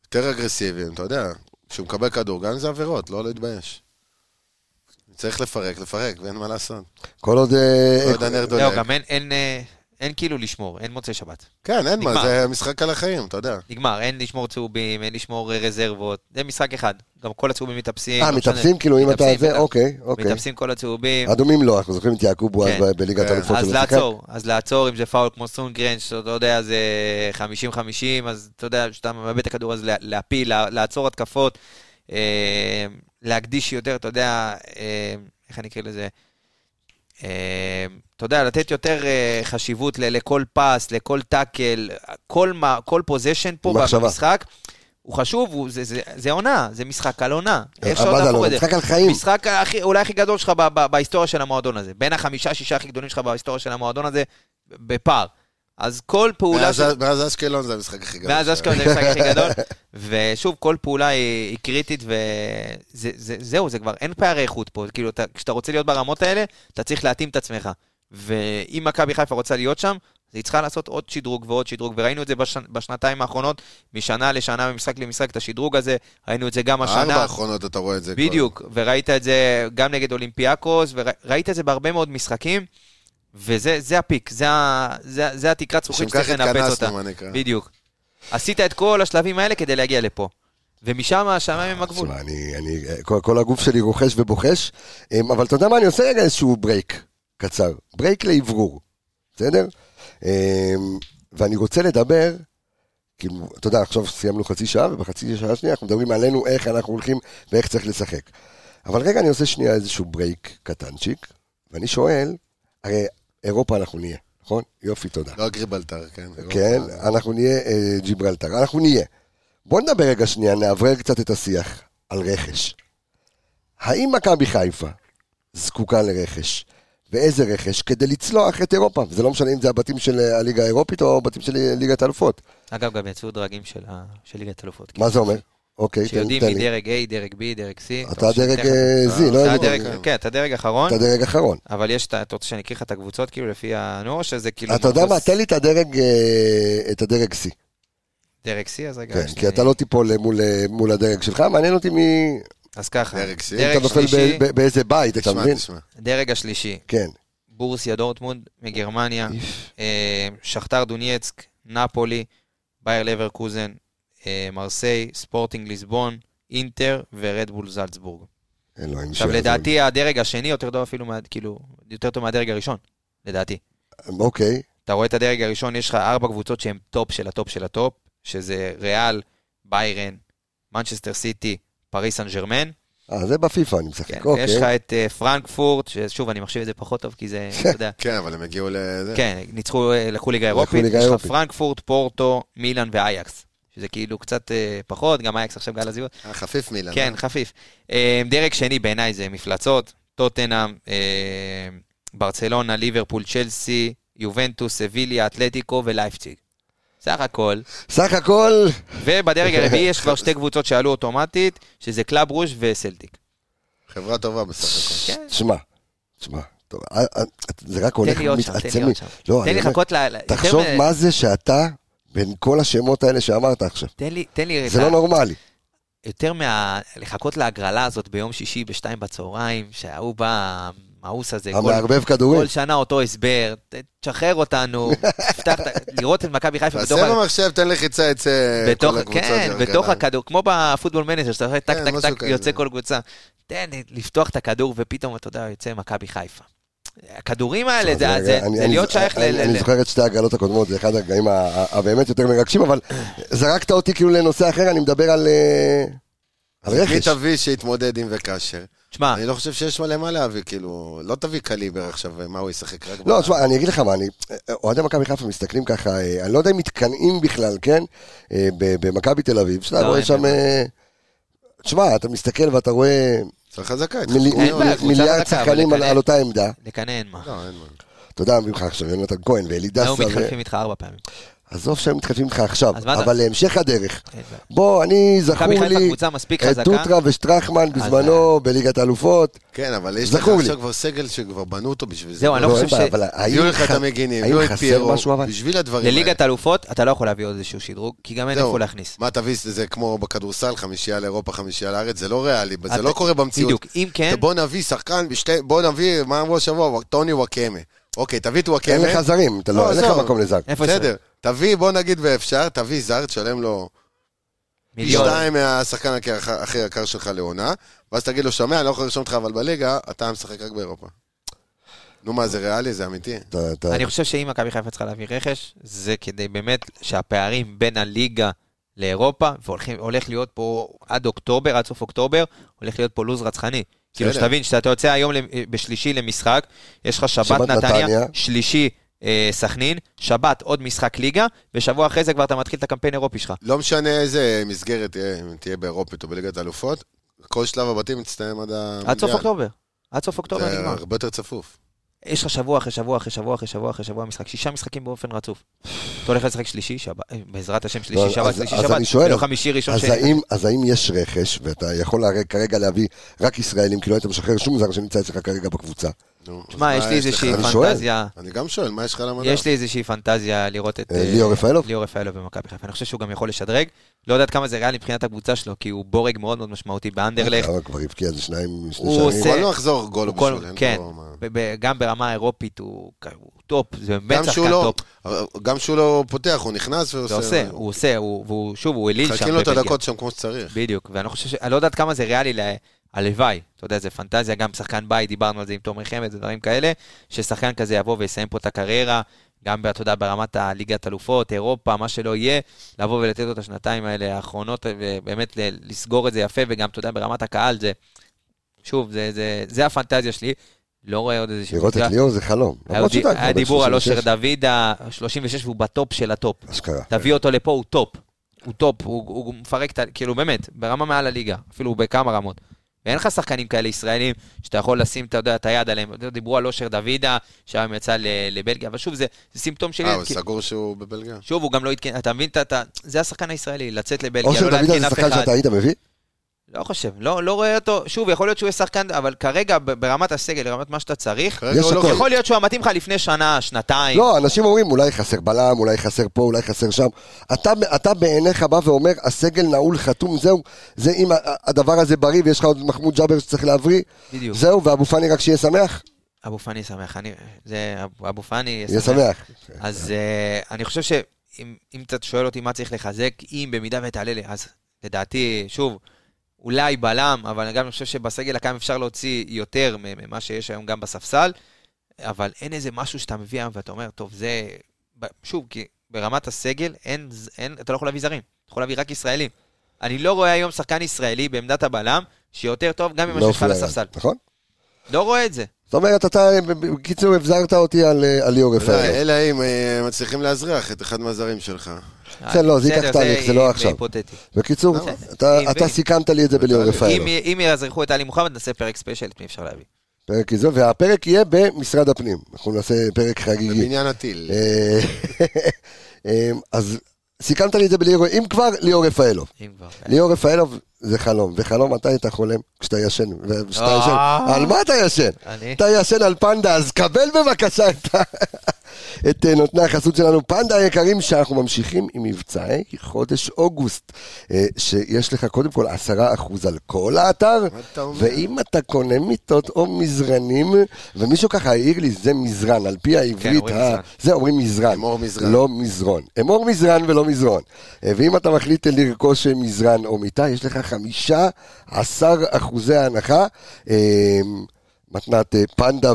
S6: יותר אגרסיביים, אתה יודע. כשהוא מקבל כדור, גם אם זה עבירות, לא להתבייש. צריך לפרק, לפרק, ואין מה לעשות.
S1: כל עוד... אה,
S6: לא יודע, נר
S5: זהו,
S6: דולג.
S5: גם אין- אין... אה, אין כאילו לשמור, אין מוצאי שבת.
S6: כן, אין מה,
S5: נגמר.
S6: זה משחק על החיים, אתה יודע.
S5: נגמר, אין לשמור צהובים, אין לשמור אה, רזרבות, זה משחק אחד. גם כל הצהובים מתאפסים.
S1: אה,
S5: לא משנה.
S1: מתאפסים כאילו אם אתה
S5: מתאפסים,
S1: זה,
S5: מתאפסים.
S1: אוקיי, אוקיי.
S5: מתאפסים כל הצהובים.
S1: אדומים לא, אנחנו זוכרים את יעקובו אז
S5: כן.
S1: ב- בליגת
S6: כן.
S1: האלופות
S5: אז
S1: שהוא שיחק.
S5: לעצור, אז לעצור אם זה פאול כמו סונגרן, שאתה יודע, זה 50-50, אז אתה יודע, כשאתה מאבד את הכדור, אז לה- להפיל, לה- לעצור התקפות, אה, להקדיש יותר, אתה יודע, אה, איך אני אקרא לזה? אה, אתה יודע, לתת יותר אה, חשיבות ל- לכל פס, לכל טאקל, כל מה- כל פוזיישן פה
S1: מחשבה.
S5: במשחק. הוא חשוב, הוא, זה, זה, זה עונה, זה משחק על עונה. איך
S1: עבד
S5: שלא
S1: על
S5: תהפוך
S1: עונה,
S5: את זה.
S1: לא משחק על חיים.
S5: המשחק הכי, אולי הכי גדול שלך ב- ב- בהיסטוריה של המועדון הזה. בין החמישה-שישה הכי גדולים שלך בהיסטוריה של המועדון הזה, בפער. אז כל פעולה...
S6: מאז
S5: של-
S6: מאז אשקלון זה המשחק הכי גדול.
S5: מאז
S6: שהיה.
S5: אשקלון זה המשחק הכי גדול. ושוב, כל פעולה היא, היא קריטית, וזהו, זה כבר, אין פערי איכות פה. כאילו, אתה, כשאתה רוצה להיות ברמות האלה, אתה צריך להתאים את עצמך. ואם מכבי חיפה רוצה להיות שם, אז היא צריכה לעשות עוד שדרוג ועוד שדרוג, וראינו את זה בשנ... בשנתיים האחרונות, משנה לשנה, ממשחק למשחק, את השדרוג הזה, ראינו את זה גם השנה.
S6: הארבע האחרונות אתה רואה את זה.
S5: בדיוק, וראית את זה גם נגד אולימפיאקוס, וראית את זה בהרבה מאוד משחקים, וזה זה הפיק, זה, ה- זה, זה התקרת
S6: כבר.
S5: זכוכית
S6: לשם
S5: שצריך
S6: כך
S5: לנפץ
S6: התכנסנו,
S5: אותה.
S6: מה נקרא.
S1: כן.
S5: בדיוק. עשית את כל השלבים האלה כדי להגיע לפה. ומשם השמיים הם הגבול.
S1: תשמע, אני, אני, כל, כל הגוף שלי רוכש ובוחש, אמ, אבל אתה יודע מה, אני עושה רגע איזשהו ברייק קצר, ברייק לאוורור, בסדר? אמ, ואני רוצה לדבר, כאילו, אתה יודע, עכשיו סיימנו חצי שעה, ובחצי שעה השנייה אנחנו מדברים עלינו איך אנחנו הולכים ואיך צריך לשחק. אבל רגע, אני עושה שנייה איזשהו ברייק קטנצ'יק, ואני שואל, הרי אירופה אנחנו נהיה, נכון? יופי, תודה.
S6: לא אגריבלטר, כן.
S1: כן, אנחנו נהיה אה, ג'יברלטר, אנחנו נהיה. בוא נדבר רגע שנייה, נאוורר קצת את השיח על רכש. האם מכבי חיפה זקוקה לרכש, ואיזה רכש, כדי לצלוח את אירופה? וזה לא משנה אם זה הבתים של אה, הליגה האירופית או הבתים של אה, ליגת האלופות.
S5: אגב, גם יצאו דרגים של ה- של ליגת אלופות.
S1: מה זה אומר? אוקיי, תן
S5: שיודעים
S1: תן לי.
S5: מדרג A, דרג B, דרג C.
S1: אתה דרג אה, Z, לא
S5: אתה
S1: יודע.
S5: הדרג- כן, אתה דרג אחרון,
S1: אתה דרג אחרון.
S5: אבל יש, את ה- אתה רוצה שאני אקריא לך את הקבוצות, כאילו, לפי הנור, שזה כאילו...
S1: אתה יודע מה,
S5: מחוז-
S1: תן לי את הדרג, אה, את הדרג C.
S5: דרג C, אז רגע.
S1: כן,
S5: שנייה.
S1: כי אתה לא תיפול מול, מול הדרג שלך, מעניין אותי מי...
S5: אז ככה,
S6: דרג C,
S1: אתה
S5: דרג
S1: נופל
S5: שלישי,
S1: ב- ב- באיזה בית, אתה
S6: תשמע,
S1: מבין?
S6: תשמע.
S5: דרג השלישי,
S1: כן.
S5: בורסיה דורטמונד מגרמניה, אה, שכתר דונייצק, נפולי, בייר לברקוזן, אה, מרסיי, ספורטינג ליסבון, אינטר ורדבול זלצבורג.
S1: אלוהים
S5: עכשיו,
S1: שיעזור לי.
S5: לדעתי הדרג השני יותר טוב אפילו, מה- כאילו, יותר טוב מהדרג הראשון, לדעתי.
S1: אוקיי,
S5: אתה רואה את הדרג הראשון, יש לך ארבע קבוצות שהן טופ של הטופ של הטופ, שזה ריאל, ביירן, מנצ'סטר סיטי, פריס סן ג'רמן.
S1: אה, זה בפיפא אני
S5: כן,
S1: משחק,
S5: ויש לך
S1: אוקיי.
S5: את אה, פרנקפורט, ששוב, אני מחשיב את זה פחות טוב, כי זה, אתה יודע,
S6: כן, אבל הם הגיעו לזה.
S5: כן, ניצחו, אה, לקחו ליגה אירופית,
S1: ליגה
S5: יש לך
S1: אירופית.
S5: פרנקפורט, פורטו, מילאן ואייקס, שזה כאילו קצת אה, פחות, גם אייקס עכשיו גל עזיבות,
S6: אה, חפיף מילן.
S5: כן, חפיף. אה, דרג שני בעיניי זה מפלצות, טוטנאם, אה, ברצלונה, ליברפול, צ'לסי, יובנטוס, סביליה, אתלטיקו ולייפציג. סך הכל.
S1: סך הכל,
S5: ובדרג הרביעי יש כבר שתי קבוצות שעלו אוטומטית, שזה קלאב רוז' וסלטיק.
S6: חברה טובה בסך הכל.
S5: כן,
S1: תשמע, תשמע, טוב, אה, אה, זה רק הולך
S5: תן לי עוד שם, תן לי
S1: מתעצם.
S5: עוד שם.
S1: לא,
S5: תן
S1: אני
S5: לי
S1: אומר,
S5: לחכות ל... ל- יותר
S1: תחשוב
S5: מ-
S1: מה זה שאתה, בין כל השמות האלה שאמרת עכשיו.
S5: תן לי, תן לי...
S1: זה
S5: רגע.
S1: לא נורמלי.
S5: אה, יותר מה... לחכות להגרלה הזאת ביום שישי בשתיים בצהריים, שההוא בא, המאוס הזה, כל,
S1: המערבב כדורים.
S5: כל שנה אותו הסבר, ת- תשחרר אותנו, תפתח, את- לראות את מכבי חיפה
S6: תעשה
S5: בתוך... ה-
S6: במחשב, תן לחיצה אצל
S5: בתוך,
S6: כל הקבוצות.
S5: כן,
S6: זה
S5: בתוך
S6: הרגלה.
S5: הכדור, כמו בפוטבול מנג'ר, שאתה עושה טק
S6: כן,
S5: טק
S6: משהו
S5: טק,
S6: כזה.
S5: יוצא כל קבוצה. תן, לפתוח את הכדור, ופתאום, אתה יודע, יוצא מכבי חיפה. הכדורים האלה, זה-
S1: אני-
S5: זה
S1: אני-
S5: זה
S1: אני-
S5: להיות שייך ל...
S1: אני-
S5: ל-
S1: אני זוכר את שתי ההגרלות הקודמות, זה אחד הרגעים ה- ה- הבאמת יותר מרגשים, אבל זרקת אותי כאילו לנושא אחר, אני מדבר על אה, על
S6: אז מי
S1: רכש.
S6: תביא שיתמודד עם וכאשר?
S5: תשמע,
S6: אני לא חושב שיש מלא מה להביא, כאילו, לא תביא קליבר עכשיו, אה, מה הוא ישחק רק...
S1: לא,
S6: ב-
S1: תשמע, אני אגיד לך מה, אני... אוהדי מכבי חיפה מסתכלים ככה, אה, אני לא יודע אם מתקנאים בכלל, כן? אה, ב- במכבי תל אביב, שאתה
S5: לא,
S1: רואה
S5: אין
S1: שם... אה, תשמע, אתה מסתכל ואתה רואה
S6: צריך חזקה,
S1: מילי-
S6: התחזקו
S5: אין
S6: מאוד.
S5: בעיה, קבוצה
S1: מיליארד
S5: חזקה, אבל
S1: שחקנים על-
S5: לקנא.
S1: על אותה עמדה.
S5: לקנא אין מה.
S6: לא, אין מה.
S1: אתה יודע ממך עכשיו, יונתן כהן ואלי דסה.
S5: היום
S1: ו-
S5: לא, מתחלפים איתך ארבע פעמים.
S1: עזוב שהם מתחלפים איתך עכשיו,
S5: אז מה אתה-
S1: אבל להמשך הדרך.
S5: אין בעיה.
S1: בוא, אני, זכור
S5: מכבי חיפה
S1: לי
S5: קבוצה מספיק
S1: את
S5: חזקה. אה,
S1: טוטרה ושטרחמן בזמנו בליגת האלופות.
S6: כן, אבל יש לך
S1: זכור לי.
S6: עכשיו כבר סגל שכבר בנו אותו בשביל זה.
S5: זהו, אני לא
S1: לא,
S5: חושב
S1: אין בעיה,
S5: ש...
S1: אבל האם
S6: הביאו לך
S1: ח-
S6: את המגינים,
S1: האם
S6: הביאו את
S1: חסר
S6: פיירו,
S1: משהו אבל?
S6: בשביל הדברים האלה.
S5: לליגת האלופות אתה לא יכול להביא עוד איזשהו שדרוג, כי גם אין
S6: אה. זהו.
S5: איפה להכניס.
S6: מה תביא, זה כמו בכדורסל, חמישייה לאירופה, חמישייה לארץ, זה לא ריאלי,
S5: אתה-
S6: זה לא קורה במציאות.
S5: בדיוק, אם כן,
S6: בוא נביא שחקן, בשתי- בוא נביא, מה אמרו השבוע, טוני וואקמה. אוקיי, תביא את וואקמה.
S1: אין לך זרים, אתה לא,
S6: לא,
S1: אין לך
S6: עזוב.
S1: מקום לזר.
S5: איפה יש
S6: בסדר, תביא, בוא נגיד ואפשר, תביא זר, תשלם לו פי
S5: מיליון.
S6: שתיים מהשחקן הכי- הכי יקר שלך לעונה, ואז תגיד לו, שומע, אני לא יכול לרשום אותך, אבל בליגה, אתה משחק רק באירופה. נו מה, זה ריאלי? זה אמיתי?
S1: אתה- אתה-
S5: אני חושב שאם מכבי חיפה צריכה להביא רכש, זה כדי באמת שהפערים בין הליגה לאירופה, והולך להיות פה עד אוקטובר, עד סוף אוקטובר, הולך להיות פה לו"ז רצחני. כאילו
S6: בסדר.
S5: שתבין, שאתה יוצא היום למ- אה, בשלישי למשחק, יש לך שבת
S1: שבת
S5: נתניה,
S1: נתניה.
S5: שלישי אה, סכנין, שבת עוד משחק ליגה, ושבוע אחרי זה כבר אתה מתחיל את הקמפיין האירופי שלך.
S6: לא משנה איזה מסגרת תהיה, אם תהיה באירופית או בליגת האלופות, כל שלב הבתים מצטיים עד המונדיאל.
S5: עד סוף אוקטובר. עד סוף אוקטובר לא
S6: זה
S5: נגמר.
S6: הרבה יותר צפוף.
S5: יש לך שבוע אחרי שבוע אחרי שבוע אחרי שבוע אחרי שבוע משחק, שישה משחקים באופן רצוף. אתה הולך לשחק שלישי, שבת, אה, בעזרת השם שלישי,
S1: לא,
S5: שבת,
S1: אז-
S5: שלישי,
S1: אז
S5: שבת,
S1: אני שואל,
S5: ולא חמישי ראשון
S1: אז
S5: ש...
S1: האם- אז האם יש רכש, ואתה יכול הרי כרגע להביא רק ישראלים, כי לא היית משחרר שום זר שנמצא אצלך כרגע בקבוצה.
S6: נו, אז
S5: תשמע, יש לי
S6: לך?
S5: איזושהי
S1: אני לא,
S5: פנטזיה,
S6: אני גם שואל, מה יש לך למדע?
S5: יש לי איזושהי פנטזיה לראות את
S1: אה,
S5: אה,
S1: ליאור רפאלוב?
S5: ליאור רפאלוב במכבי חיפה. אני חושב שהוא גם יכול לשדרג. לא יודעת כמה זה ריאלי מבחינת הקבוצה שלו, כי הוא בורג מאוד מאוד משמעותי באנדרלכט.
S1: אבל כבר הבקיע איזה שניים, שני
S5: הוא
S1: שערים.
S5: עושה-
S6: אבל לא אחזור גול
S5: הוא כל-
S6: בשביל, אין
S5: כן,
S6: פה מה.
S5: ב- ב- גם ברמה האירופית הוא כ- הוא טופ, זה באמת
S6: גם
S5: שחקן
S6: שהוא לא-
S5: טופ.
S6: גם שהוא לא פותח, הוא נכנס
S5: זה
S6: ועושה...
S1: לא.
S5: עושה, הוא עושה, הוא- והוא שוב, הוא אליל שם.
S6: מחכים לו את
S5: בבלגיה.
S6: הדקות שם כמו שצריך.
S5: בדיוק, ואני לא חושב ש... אני לא יודעת כמה זה ריאלי, ל... הלוואי, אתה יודע, זה פנטזיה, גם שחקן בית, דיברנו על זה עם תומר חמד ודברים כאלה, ששחקן כזה יבוא ויסיים פה את הקריירה, גם, אתה יודע, ברמת הליגת אלופות, אירופה, מה שלא יהיה, לבוא ולתת לו את השנתיים האלה האחרונות, אה, ובאמת ל- לסגור את זה יפה, וגם, אתה יודע, ברמת הקהל, זה... שוב, זה, זה, זה הפנטזיה שלי, לא רואה עוד איזה
S1: לראות את ליאור זה חלום. למרות שאתה כבר
S5: היה
S1: בן
S5: דיבור על
S1: 36.
S5: אושר דוידה, 36, והוא בטופ של הטופ.
S1: אשכרה.
S5: תביא אותו לפה, הוא טופ. הוא טופ, הוא, הוא מפרק את ה... כאילו, באמת, ברמה מעל הליגה, אפילו בכמה רמות. ואין לך שחקנים כאלה ישראלים שאתה יכול לשים, אתה יודע, את היד עליהם. אתה יודע, דיברו על אושר דוידה, שהיום יצא ל- לבלגיה, אבל שוב, זה, זה סימפטום של...
S6: אה,
S5: ילד,
S6: הוא
S5: כי-
S6: סגור שהוא בבלגיה?
S5: שוב, הוא גם לא עדכן, אתה מבין? אתה- אתה- זה השחקן הישראלי, לצאת לבלגיה,
S1: אושר
S5: לא
S1: דוידה
S5: לעדכן
S1: זה
S5: אף
S1: שחקן
S5: אחד.
S1: שאתה היית מביא?
S5: לא חושב, לא, לא רואה אותו, שוב, יכול להיות שהוא יהיה שחקן, אבל כרגע, ב- ברמת הסגל, ברמת מה שאתה צריך,
S6: כרגע הוא לא
S1: הכל.
S5: יכול להיות שהוא היה מתאים לך לפני שנה, שנתיים.
S1: לא, אנשים אומרים, אולי חסר בלם, אולי חסר פה, אולי חסר שם. אתה, אתה בעיניך בא ואומר, הסגל נעול, חתום, זהו. זה אם ה- הדבר הזה בריא ויש לך עוד מחמוד ג'אבר שצריך להבריא,
S5: בדיוק.
S1: זהו, ואבו פאני רק שיהיה שמח?
S5: אבו פאני שמח, אני, זה, אבו- אבו פאני
S1: יהיה שמח. כן.
S5: אז uh, אני חושב שאם אם אתה שואל אותי מה צריך לחזק, אם במידה ותעלה לי, אז לדעתי, שוב, אולי בלם, אבל גם אני חושב שבסגל הקיים אפשר להוציא יותר מ- ממה שיש היום גם בספסל, אבל אין איזה משהו שאתה מביא היום ואתה אומר, טוב, זה... ב- שוב, כי ברמת הסגל, אין, ז- אין, אתה לא יכול להביא זרים, אתה יכול להביא רק ישראלים. אני לא רואה היום שחקן ישראלי בעמדת הבלם שיותר טוב גם ממה
S1: לא
S5: שיש לך על
S1: פליירד,
S5: הספסל.
S1: נכון?
S5: לא רואה את זה.
S1: זאת אומרת, אתה, בקיצור, הבזרת אותי על, אה, על ליאור
S6: אלא-
S1: רפאל.
S6: אלא אם אה, מצליחים להזריח את אחד מהזרים שלך.
S1: זה לא, זה ייקח
S5: בסדר,
S1: תהליך, זה לא
S5: אה,
S1: עכשיו.
S5: היפותטי.
S1: בקיצור,
S5: לא,
S1: אתה,
S5: אם-
S1: אתה
S5: אם-
S1: סיכמת לי את זה בליאור רפאל.
S5: אם, אם יזרחו את עלי מוחמד, נעשה פרק ספיישל, את מי אפשר להביא.
S1: פרק איזו, והפרק יהיה במשרד הפנים. אנחנו נעשה פרק חגיגי.
S6: בבניין הטיל.
S1: אה, אה, אז סיכמת לי את זה בליאור, אם כבר, ליאור רפאלוב.
S5: אם כבר.
S1: ליאור רפאלוב זה חלום, וחלום מתי אתה חולם? כשאתה ישן, וכשאתה
S5: אה.
S1: ישן. על מה אתה ישן?
S5: אני?
S1: אתה ישן על פנדה, אז קבל בבקשה את ה- את אה, נותני החסות שלנו. פנדה היקרים, שאנחנו ממשיכים עם מבצעי חודש אוגוסט, אה, שיש לך קודם כל 10% על כל האתר,
S6: מה אתה אומר?
S1: ואם אתה קונה מיטות או מזרנים, ומישהו ככה העיר לי, זה מזרן, על פי העברית,
S5: כן, אומרים
S1: ה-
S5: מזרן.
S1: זה אומרים מזרן.
S6: אמור מזרן.
S1: לא מזרון. אמור מזרן ולא מזרון. אה, ואם אתה מחליט לרכוש אה, מזרן או מיטה, יש לך 15 אחוזי הנחה. אה, מתנת אה, פנדה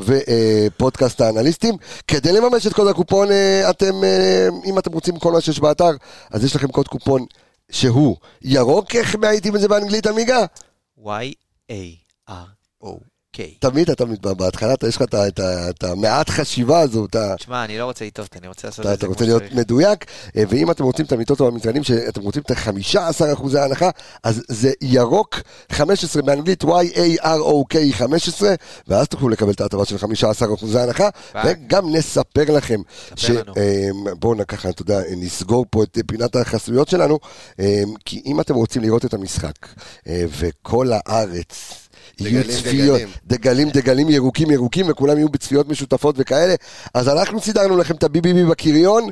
S1: ופודקאסט האנליסטים. כדי לממש את קוד הקופון, אה, אתם, אה, אם אתם רוצים כל מה שיש באתר, אז יש לכם קוד קופון שהוא ירוק, איך הייתם את זה באנגלית, עמיגה?
S5: Y-A-R-O-K.
S1: תמיד אתה, מת- בהתחלה אתה- יש לך את ה- את ה- את המעט חשיבה הזו, את ה...
S5: תשמע, אני לא רוצה לטעות, אני רוצה לעשות
S1: אתה,
S5: את
S1: אתה
S5: זה כמו
S1: רוצה להיות
S5: שצריך.
S1: מדויק, אה, ואם אתם רוצים את המיטות או המטענים, שאתם רוצים את ה-15 אחוזי ההנחה, אז זה ירוק 15 באנגלית, Y-A-R-O-K 15, ואז תוכלו לקבל את ההטבה של 15 אחוזי הנחה,
S5: פאק.
S1: וגם נספר לכם,
S5: ספר לנו.
S1: אה, בואו נ- ככה, אתה יודע, נסגור פה את פינת החסויות שלנו, אה, כי אם אתם רוצים לראות את המשחק, אה, וכל הארץ... יהיו
S6: דגלים,
S1: צפיות,
S6: דגלים.
S1: דגלים, דגלים ירוקים, ירוקים, וכולם יהיו בצפיות משותפות וכאלה. אז אנחנו סידרנו לכם את הביביבי בקריון,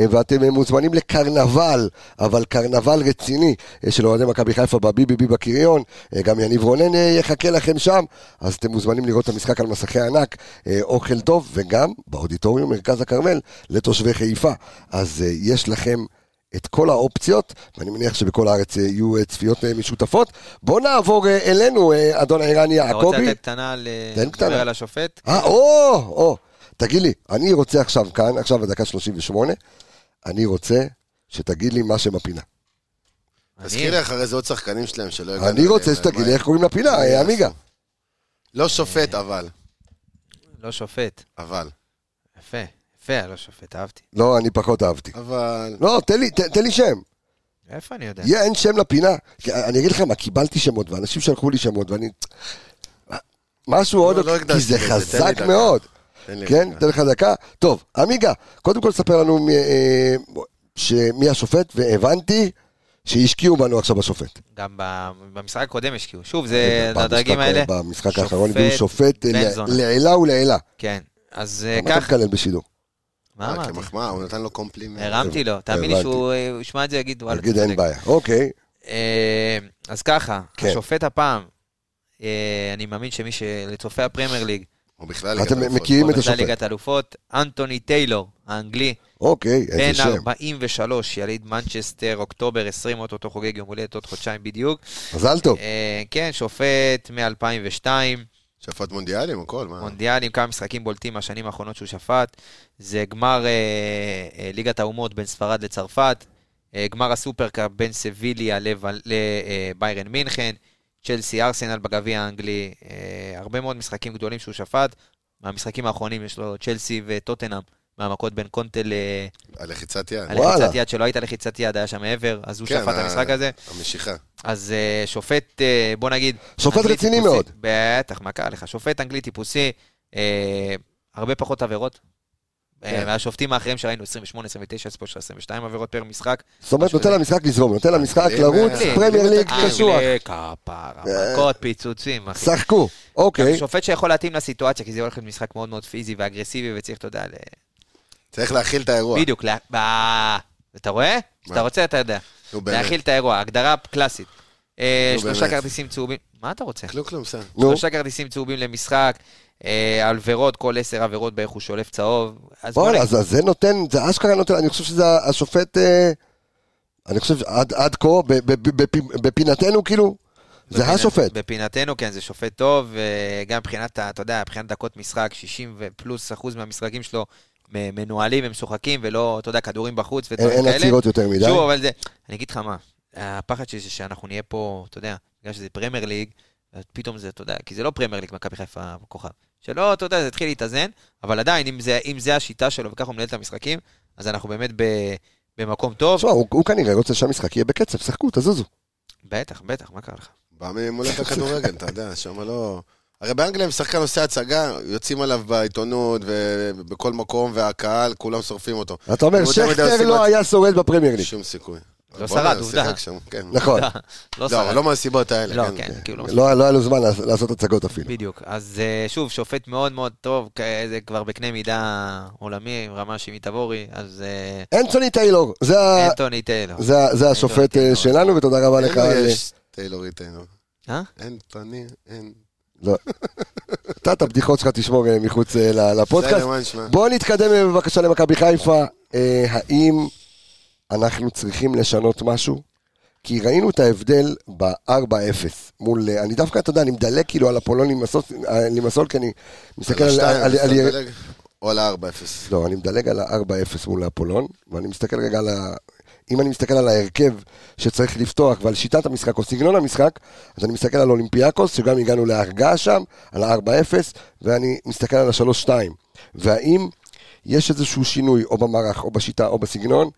S1: אה, ואתם אה, מוזמנים לקרנבל, אבל קרנבל רציני אה, של אוהדי מכבי חיפה בביביבי בקריון. אה, גם יניב רונן אה, יחכה לכם שם, אז אתם מוזמנים לראות את המשחק על מסכי ענק, אה, אוכל טוב, וגם באודיטוריום מרכז הכרמל לתושבי חיפה. אז אה, יש לכם... את כל האופציות, ואני מניח שבכל הארץ אה, יהיו אה, צפיות אה, משותפות. בואו נעבור אה, אלינו, אה, אדון העירני
S5: אתה רוצה
S1: יעקבי.
S5: לתת קטנה ל...
S1: תן קטנה.
S5: לדבר על השופט?
S1: אה, או, או, תגיד לי, אני רוצה עכשיו כאן, עכשיו בדקה 38, אני רוצה שתגיד לי מה שם הפינה.
S6: תזכיר לי אחרי זה עוד שחקנים שלהם שלא הגענו
S1: אני רוצה
S6: אליהם,
S1: שתגיד
S6: לא, מה-
S1: לי איך קוראים לפינה,
S6: מה
S1: אה,
S6: יעשו?
S1: עמיגה.
S6: לא שופט, אבל.
S5: לא שופט.
S6: אבל.
S5: יפה, יפה, לא שופט, אהבתי.
S1: לא, אני פחות אהבתי.
S6: אבל...
S1: לא, תן לי, תן- תן לי שם.
S6: כן.
S5: איפה אני יודע?
S1: יהיה, אין שם לפינה. כי אני אגיד לך מה, קיבלתי שמות, ואנשים שלחו לי שמות, ואני... משהו עוד,
S6: לא
S1: כי זה
S6: הקדשתי לזה, תן לי
S1: חזק
S6: דקה.
S1: מאוד.
S6: תן לי
S1: כן,
S6: רגע.
S1: תן לך דקה. טוב, עמיגה, קודם כל ספר לנו מי, אה, ש- מי השופט, והבנתי שהשקיעו בנו עכשיו בשופט.
S5: גם ב- במשחק הקודם השקיעו. שוב, זה
S1: במשחק-
S5: הדרגים האלה.
S1: אה, במשחק
S5: שופט,
S1: האחרון הביאו שופט אה,
S5: בן
S1: לע-
S5: זונה.
S1: לעילה ולעילה.
S5: כן, אז אה,
S1: מה אתה
S5: ככה.
S1: מקלל בשידור?
S5: מה
S6: אה,
S5: אמרתי?
S6: כמחמאה, הוא נתן לו קומפלימנט.
S5: הרמתי לו, תאמין לי
S1: הבנתי.
S5: שהוא אה, הוא ישמע את זה יגיד, וואלה,
S1: נגיד
S5: אתה
S1: אין
S5: צודק."
S1: בעיה. אוקיי,
S5: אה, אז ככה,
S1: כן.
S5: השופט הפעם, אה, אני מאמין שמי שלצופי הפרמייר ליג,
S6: או בכלל...
S1: אתם
S6: ליגת האלופות.
S1: מכירים? את
S5: או בכלל
S1: השופט.
S5: ליגת האלופות, אנטוני טיילור, האנגלי,
S1: אוקיי,
S5: בן
S1: איזה שם.
S5: 43, יליד מנצ'סטר, אוקטובר 20, אוטוטו חוגג יום הולדת עוד חודשיים בדיוק.
S1: מזל טוב.
S5: אה, כן, שופט מ-2002,
S6: שפט מונדיאלים, הכל, מה?
S5: מונדיאלים, כמה משחקים בולטים מהשנים האחרונות שהוא שפט. זה גמר אה, אה, ליגת האומות בין ספרד לצרפת, אה, גמר הסופרקאפ בין סביליה אה, לביירן מינכן, צ'לסי ארסנל בגביע האנגלי, אה, הרבה מאוד משחקים גדולים שהוא שפט. מהמשחקים האחרונים יש לו צ'לסי וטוטנאם מהמכות בין קונטה ל...
S6: הלחיצת יד.
S1: וואלה.
S5: הלחיצת יד, שלא הייתה לחיצת יד, היה שם מעבר, אז הוא
S6: כן,
S5: שפט את
S6: ה-
S5: המשחק הזה.
S6: המשיכה.
S5: אז אה, שופט, אה, בוא נגיד...
S1: שופט
S5: אנגלי
S1: רציני
S5: טיפוסי.
S1: מאוד.
S5: בטח, מה קרה לך? שופט אנגלי טיפוסי, אה, הרבה פחות עבירות. אה,
S6: כן.
S5: מהשופטים האחרים שראינו, 28, 29, ספורט של 22 עבירות פר משחק.
S1: זאת אומרת, נותן למשחק לזרום, נותן
S5: אה,
S1: למשחק
S6: אנגלי,
S1: לרוץ,
S6: אנגלי,
S1: פרמייר
S6: כן,
S1: ליג
S5: אנגלי,
S1: קשוח.
S5: כפרה,
S6: אה.
S5: מכות, פיצוצים, אחי.
S1: שחקו, אוקיי.
S5: שופט שיכול להתאים לסיטואציה, כי זה הולך להיות משחק מאוד מאוד פיזי ואגרסיבי, וצריך, אתה יודע, ל-
S6: צריך להכיל את האירוע.
S5: בדיוק, לה- ב- אתה רואה? כשאתה רוצה, אתה יודע.
S6: נו, באמת.
S5: להכיל את האירוע, הגדרה קלאסית. אה,
S6: נו,
S5: שלושה
S6: באמת.
S5: כרטיסים צהובים, מה אתה רוצה?
S6: כלום כלום, בסדר.
S1: נו,
S5: שלושה כרטיסים צהובים למשחק, אה, עבירות, כל עשר עבירות בערך הוא שולף צהוב. אז בוא
S1: וואלה,
S5: נגיד,
S1: אז אז זה נותן, זה אשכרה נותן, אני חושב שזה השופט, אה, אני חושב שעד עד כה, ב- ב- ב- בפ- בפינתנו כאילו, זה
S5: בפינת-
S1: השופט.
S5: בפינתנו, כן, זה שופט טוב, אה, גם מבחינת, ה- אתה יודע, מבחינת דקות משחק, 60 ופלוס אחוז מהמשחקים שלו מ- מנוהלים ומשוחקים, ולא, אתה יודע, כדורים בחוץ
S1: אין
S5: ודברים
S1: אין
S5: כאלה.
S1: עצירות יותר מדי.
S5: שוב, אבל זה... אני אגיד לך מה, הפחד שלי זה שאנחנו נהיה פה, אתה יודע, בגלל שזה פרמייר ליג, אז פתאום זה, אתה יודע, כי זה לא פרמייר ליג, מכבי חיפה כוכב. שלא, אתה יודע, זה התחיל להתאזן, אבל עדיין, אם זה, אם זה השיטה שלו וככה הוא מנהל את המשחקים, אז אנחנו באמת ב, במקום טוב.
S1: תשמע, הוא הוא כנראה רוצה שהמשחק יהיה בקצב, שחקו, תזוזו.
S5: בטח, בטח, מה קרה לך?
S6: בא ממולדת הכדורגל, אתה יודע, שם לא... הרי באנגליה אם שחקן עושה הצגה, יוצאים עליו בעיתונות ובכל מקום, והקהל, כולם שורפים אותו.
S1: אתה אומר,
S6: הוא יותר מדי
S1: שכטר
S6: עושים
S1: לא
S6: הצ-
S1: היה שורד בפרמייר ליג.
S6: שום סיכוי.
S5: לא
S6: בואנה,
S5: שרד, עובדה.
S6: שיחק שם, כן.
S1: נכון,
S5: לא
S6: לא,
S5: שרד.
S6: לא מהסיבות האלה.
S5: לא, כן, כאילו, לא
S1: לא לא היה לו זמן לעש- לעשות הצגות אפילו.
S5: בדיוק. אז אה, שוב, שופט מאוד מאוד טוב, כ- זה כבר בקנה מידה עולמי, עם רמה שימי תבורי, אז אה,
S1: אנטוני טיילור, זה ה-
S5: אנטוני טיילור.
S1: זה ה- זה השופט אה,
S5: טיילור.
S1: שלנו, ותודה רבה לך. על-
S6: יש טיילורי טיילור.
S5: אה?
S6: אין, תני, אין.
S1: לא. אתה את הבדיחות שלך תשמור אה, מחוץ אה, ל- לפודקאסט.
S6: בסדר, מה נשמע?
S1: בואו נתקדם אה, בבקשה למכבי חיפה. אה, האם אנחנו צריכים לשנות משהו? כי ראינו את ההבדל ב-4-0 מול... אה, אני דווקא, אתה יודע, אני מדלג כאילו על הפולון לימסול, אה, לימסול, כי אני מסתכל על...
S6: השתיים,
S1: על- על-
S6: אתה
S1: על-
S6: מדלג? או על ה-4-0.
S1: לא, אני מדלג על ה-4-0 מול הפולון, ואני מסתכל רגע על ה... אם אני מסתכל על ההרכב שצריך לפתוח ועל שיטת המשחק או סגנון המשחק, אז אני מסתכל על אולימפיאקוס, שגם הגענו להרגעה שם, על ה-4-0, ואני מסתכל על ה-3-2. והאם יש איזשהו שינוי, או במערך, או בשיטה, או בסגנון,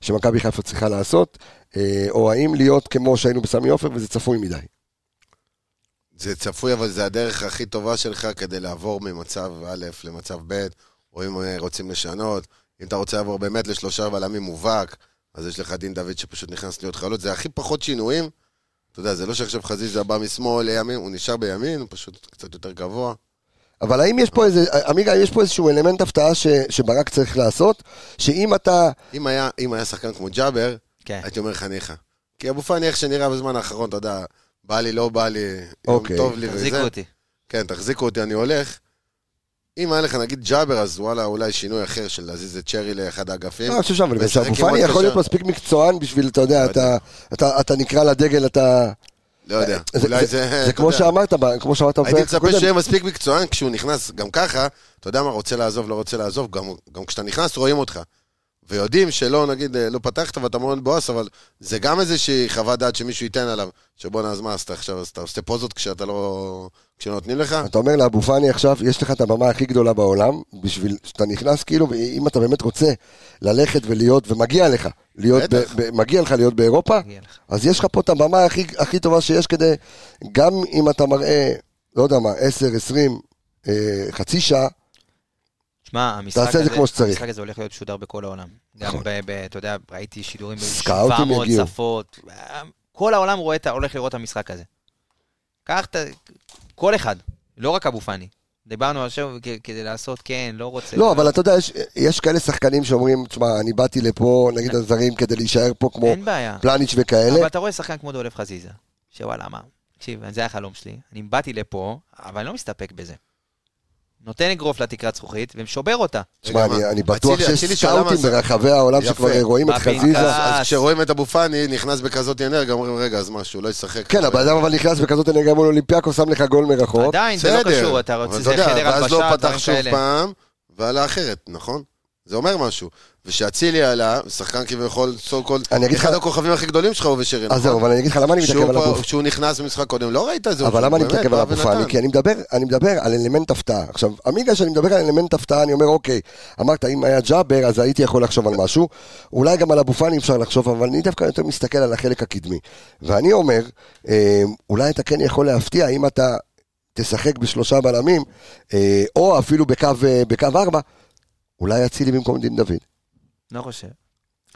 S1: שמכבי חיפה צריכה לעשות, אה, או האם להיות כמו שהיינו בסמי עופר, וזה צפוי מדי.
S6: זה צפוי, אבל זה הדרך הכי טובה שלך כדי לעבור ממצב א' למצב ב', או אם אה, רוצים לשנות. אם אתה רוצה לעבור באמת לשלושה בלמים מובהק, אז יש לך דין דוד שפשוט נכנס להיות חלוץ. זה הכי פחות שינויים. אתה יודע, זה לא שעכשיו חזיזה בא משמאל לימין, הוא נשאר בימין, הוא פשוט קצת יותר גבוה.
S1: אבל האם יש פה איזה, אה, עמיגה, האם יש פה איזשהו אלמנט הפתעה ש, שברק צריך לעשות, שאם אתה...
S6: אם היה, אם היה שחקן כמו ג'אבר,
S5: כן.
S6: הייתי אומר לך ניחא. כי אבו פאני, איך שנראה בזמן האחרון, אתה יודע, בא לי, לא בא לי,
S1: אוקיי.
S6: יום טוב לי
S5: תחזיקו
S6: וזה.
S5: אותי.
S6: כן, תחזיקו אותי, אני הולך. אם היה לך נגיד ג'אבר, אז וואלה, אולי שינוי אחר של להזיז את צ'רי לאחד האגפים.
S1: לא, אני חושב שם, אבל
S6: ולשחק
S1: אבו
S6: עם אוקיי
S1: פאני
S6: עוד
S1: יכול להיות
S6: קשר.
S1: מספיק מקצוען בשביל, אתה יודע, אתה- אתה- אתה נקרא לדגל, אתה...
S6: לא יודע,
S1: זה- זה-
S6: אולי זה...
S1: זה
S6: אתה
S1: כמו
S6: יודע.
S1: שאמרת, ב- כמו שאמרת,
S6: הייתי
S1: בפרק
S6: מצפה
S1: הקודם.
S6: שיהיה מספיק מקצוען כשהוא נכנס, גם ככה, אתה יודע מה, רוצה לעזוב, לא רוצה לעזוב, גם, גם כשאתה נכנס רואים אותך. ויודעים שלא, נגיד, אה, לא פתחת ואתה מאוד בועס, אבל זה גם איזושהי חוות דעת שמישהו ייתן עליו, שבואנה, אז מה, אז אתה עכשיו, אז אתה עושה פוזות כשאתה לא... כשנותנים לך?
S1: אתה אומר לאבו פאני עכשיו, יש לך את הבמה הכי גדולה בעולם, בשביל שאתה נכנס כאילו, ואם אתה באמת רוצה ללכת ולהיות, ומגיע לך, להיות, ב-
S6: בטח.
S1: ב- מגיע לך להיות באירופה,
S5: מגיע לך.
S1: אז יש לך פה את הבמה הכי- הכי טובה שיש כדי, גם אם אתה מראה, לא יודע מה, 10, 20, אה, חצי שעה,
S5: שמע, המשחק
S1: תעשה את זה
S5: הזה-
S1: כמו שצריך.
S5: המשחק הזה הולך להיות משודר בכל העולם. גם,
S1: נכון.
S5: ב- ב- אתה יודע, ראיתי שידורים
S1: סקאוטים
S5: ב-700
S1: יגיעו.
S5: שפות. כל העולם רואה את ה- הולך לראות את המשחק הזה. קח את... ה- כל אחד, לא רק אבו פאני. דיברנו על שם כ- כדי לעשות כן, לא
S6: אוקיי.
S5: רוצה.
S1: לא, אבל אתה יודע, יש- יש כאלה שחקנים שאומרים, תשמע, אני באתי לפה, נגיד
S6: כן.
S1: הזרים, כדי להישאר פה כמו לא,
S5: אין בעיה.
S1: פלניץ' וכאלה.
S5: אבל אתה רואה שחקן כמו דולף חזיזה, שוואלה, מה? תקשיב, זה החלום שלי. אני באתי לפה, אבל אני לא מסתפק בזה. נותן אגרוף לתקרת זכוכית ומשבר אותה.
S1: תשמע,
S6: רגע,
S1: אני-
S6: מה?
S1: אני בטוח
S6: אצילי-
S1: שיש
S6: אצילי שעלה
S1: סקאוטים
S6: מהס-
S1: ברחבי העולם
S6: יפה.
S1: שכבר רואים את
S5: בפנקס.
S1: חזיזה.
S6: אז
S5: אז-
S6: כשרואים את אבו פאני נכנס בכזאת אנרגיה, אומרים, רגע, אז מה, שהוא לא ישחק.
S1: כן, הבן אדם אבל נכנס בכזאת אנרגיה מול אולימפיאקו, שם לך גול מרחוק.
S5: עדיין, זה לא
S6: בסדר,
S5: קשור, אתה
S6: אבל
S5: רוצה,
S6: אתה
S5: זה
S6: יודע,
S5: חדר
S6: ואז לא
S5: הלבשה,
S6: פתח
S5: דברים
S6: שוב
S5: כאלה.
S6: פעם, ועלה אחרת, נכון? זה אומר משהו. ושאצילי עלה, שחקן כביכול, סו קול,
S1: אני אגיד
S6: אחד
S1: לך-
S6: הכוכבים הכי גדולים שלך הוא ושרי,
S1: אז זהו, אבל אני אגיד לך למה אני מתעכב
S6: שהוא
S1: על
S6: פה-
S1: הגוף.
S6: כשהוא נכנס במשחק קודם, לא ראית את זה.
S1: אבל
S6: הוא
S1: למה אני
S6: באמת לא
S1: מתעכב על
S6: בא
S1: אבו פאני?
S6: ונתן.
S1: כי אני כן- מדבר, אני מדבר על אלמנט הפתעה. עכשיו, עמיגה, כשאני מדבר על אלמנט הפתעה, אני אומר, אוקיי, אמרת, אם היה ג'אבר, אז הייתי יכול לחשוב על משהו. אולי גם על אבו פאני אפשר לחשוב, אבל אני דווקא יותר מסתכל על החלק הקדמי. ואני אומר, אה, אולי אתה כן יכול להפתיע אם אתה תשחק בשלושה בלמים, אה, או אפילו בקו, אה, בקו ארבע, אולי אצילי במקום דין דוד.
S5: לא חושב.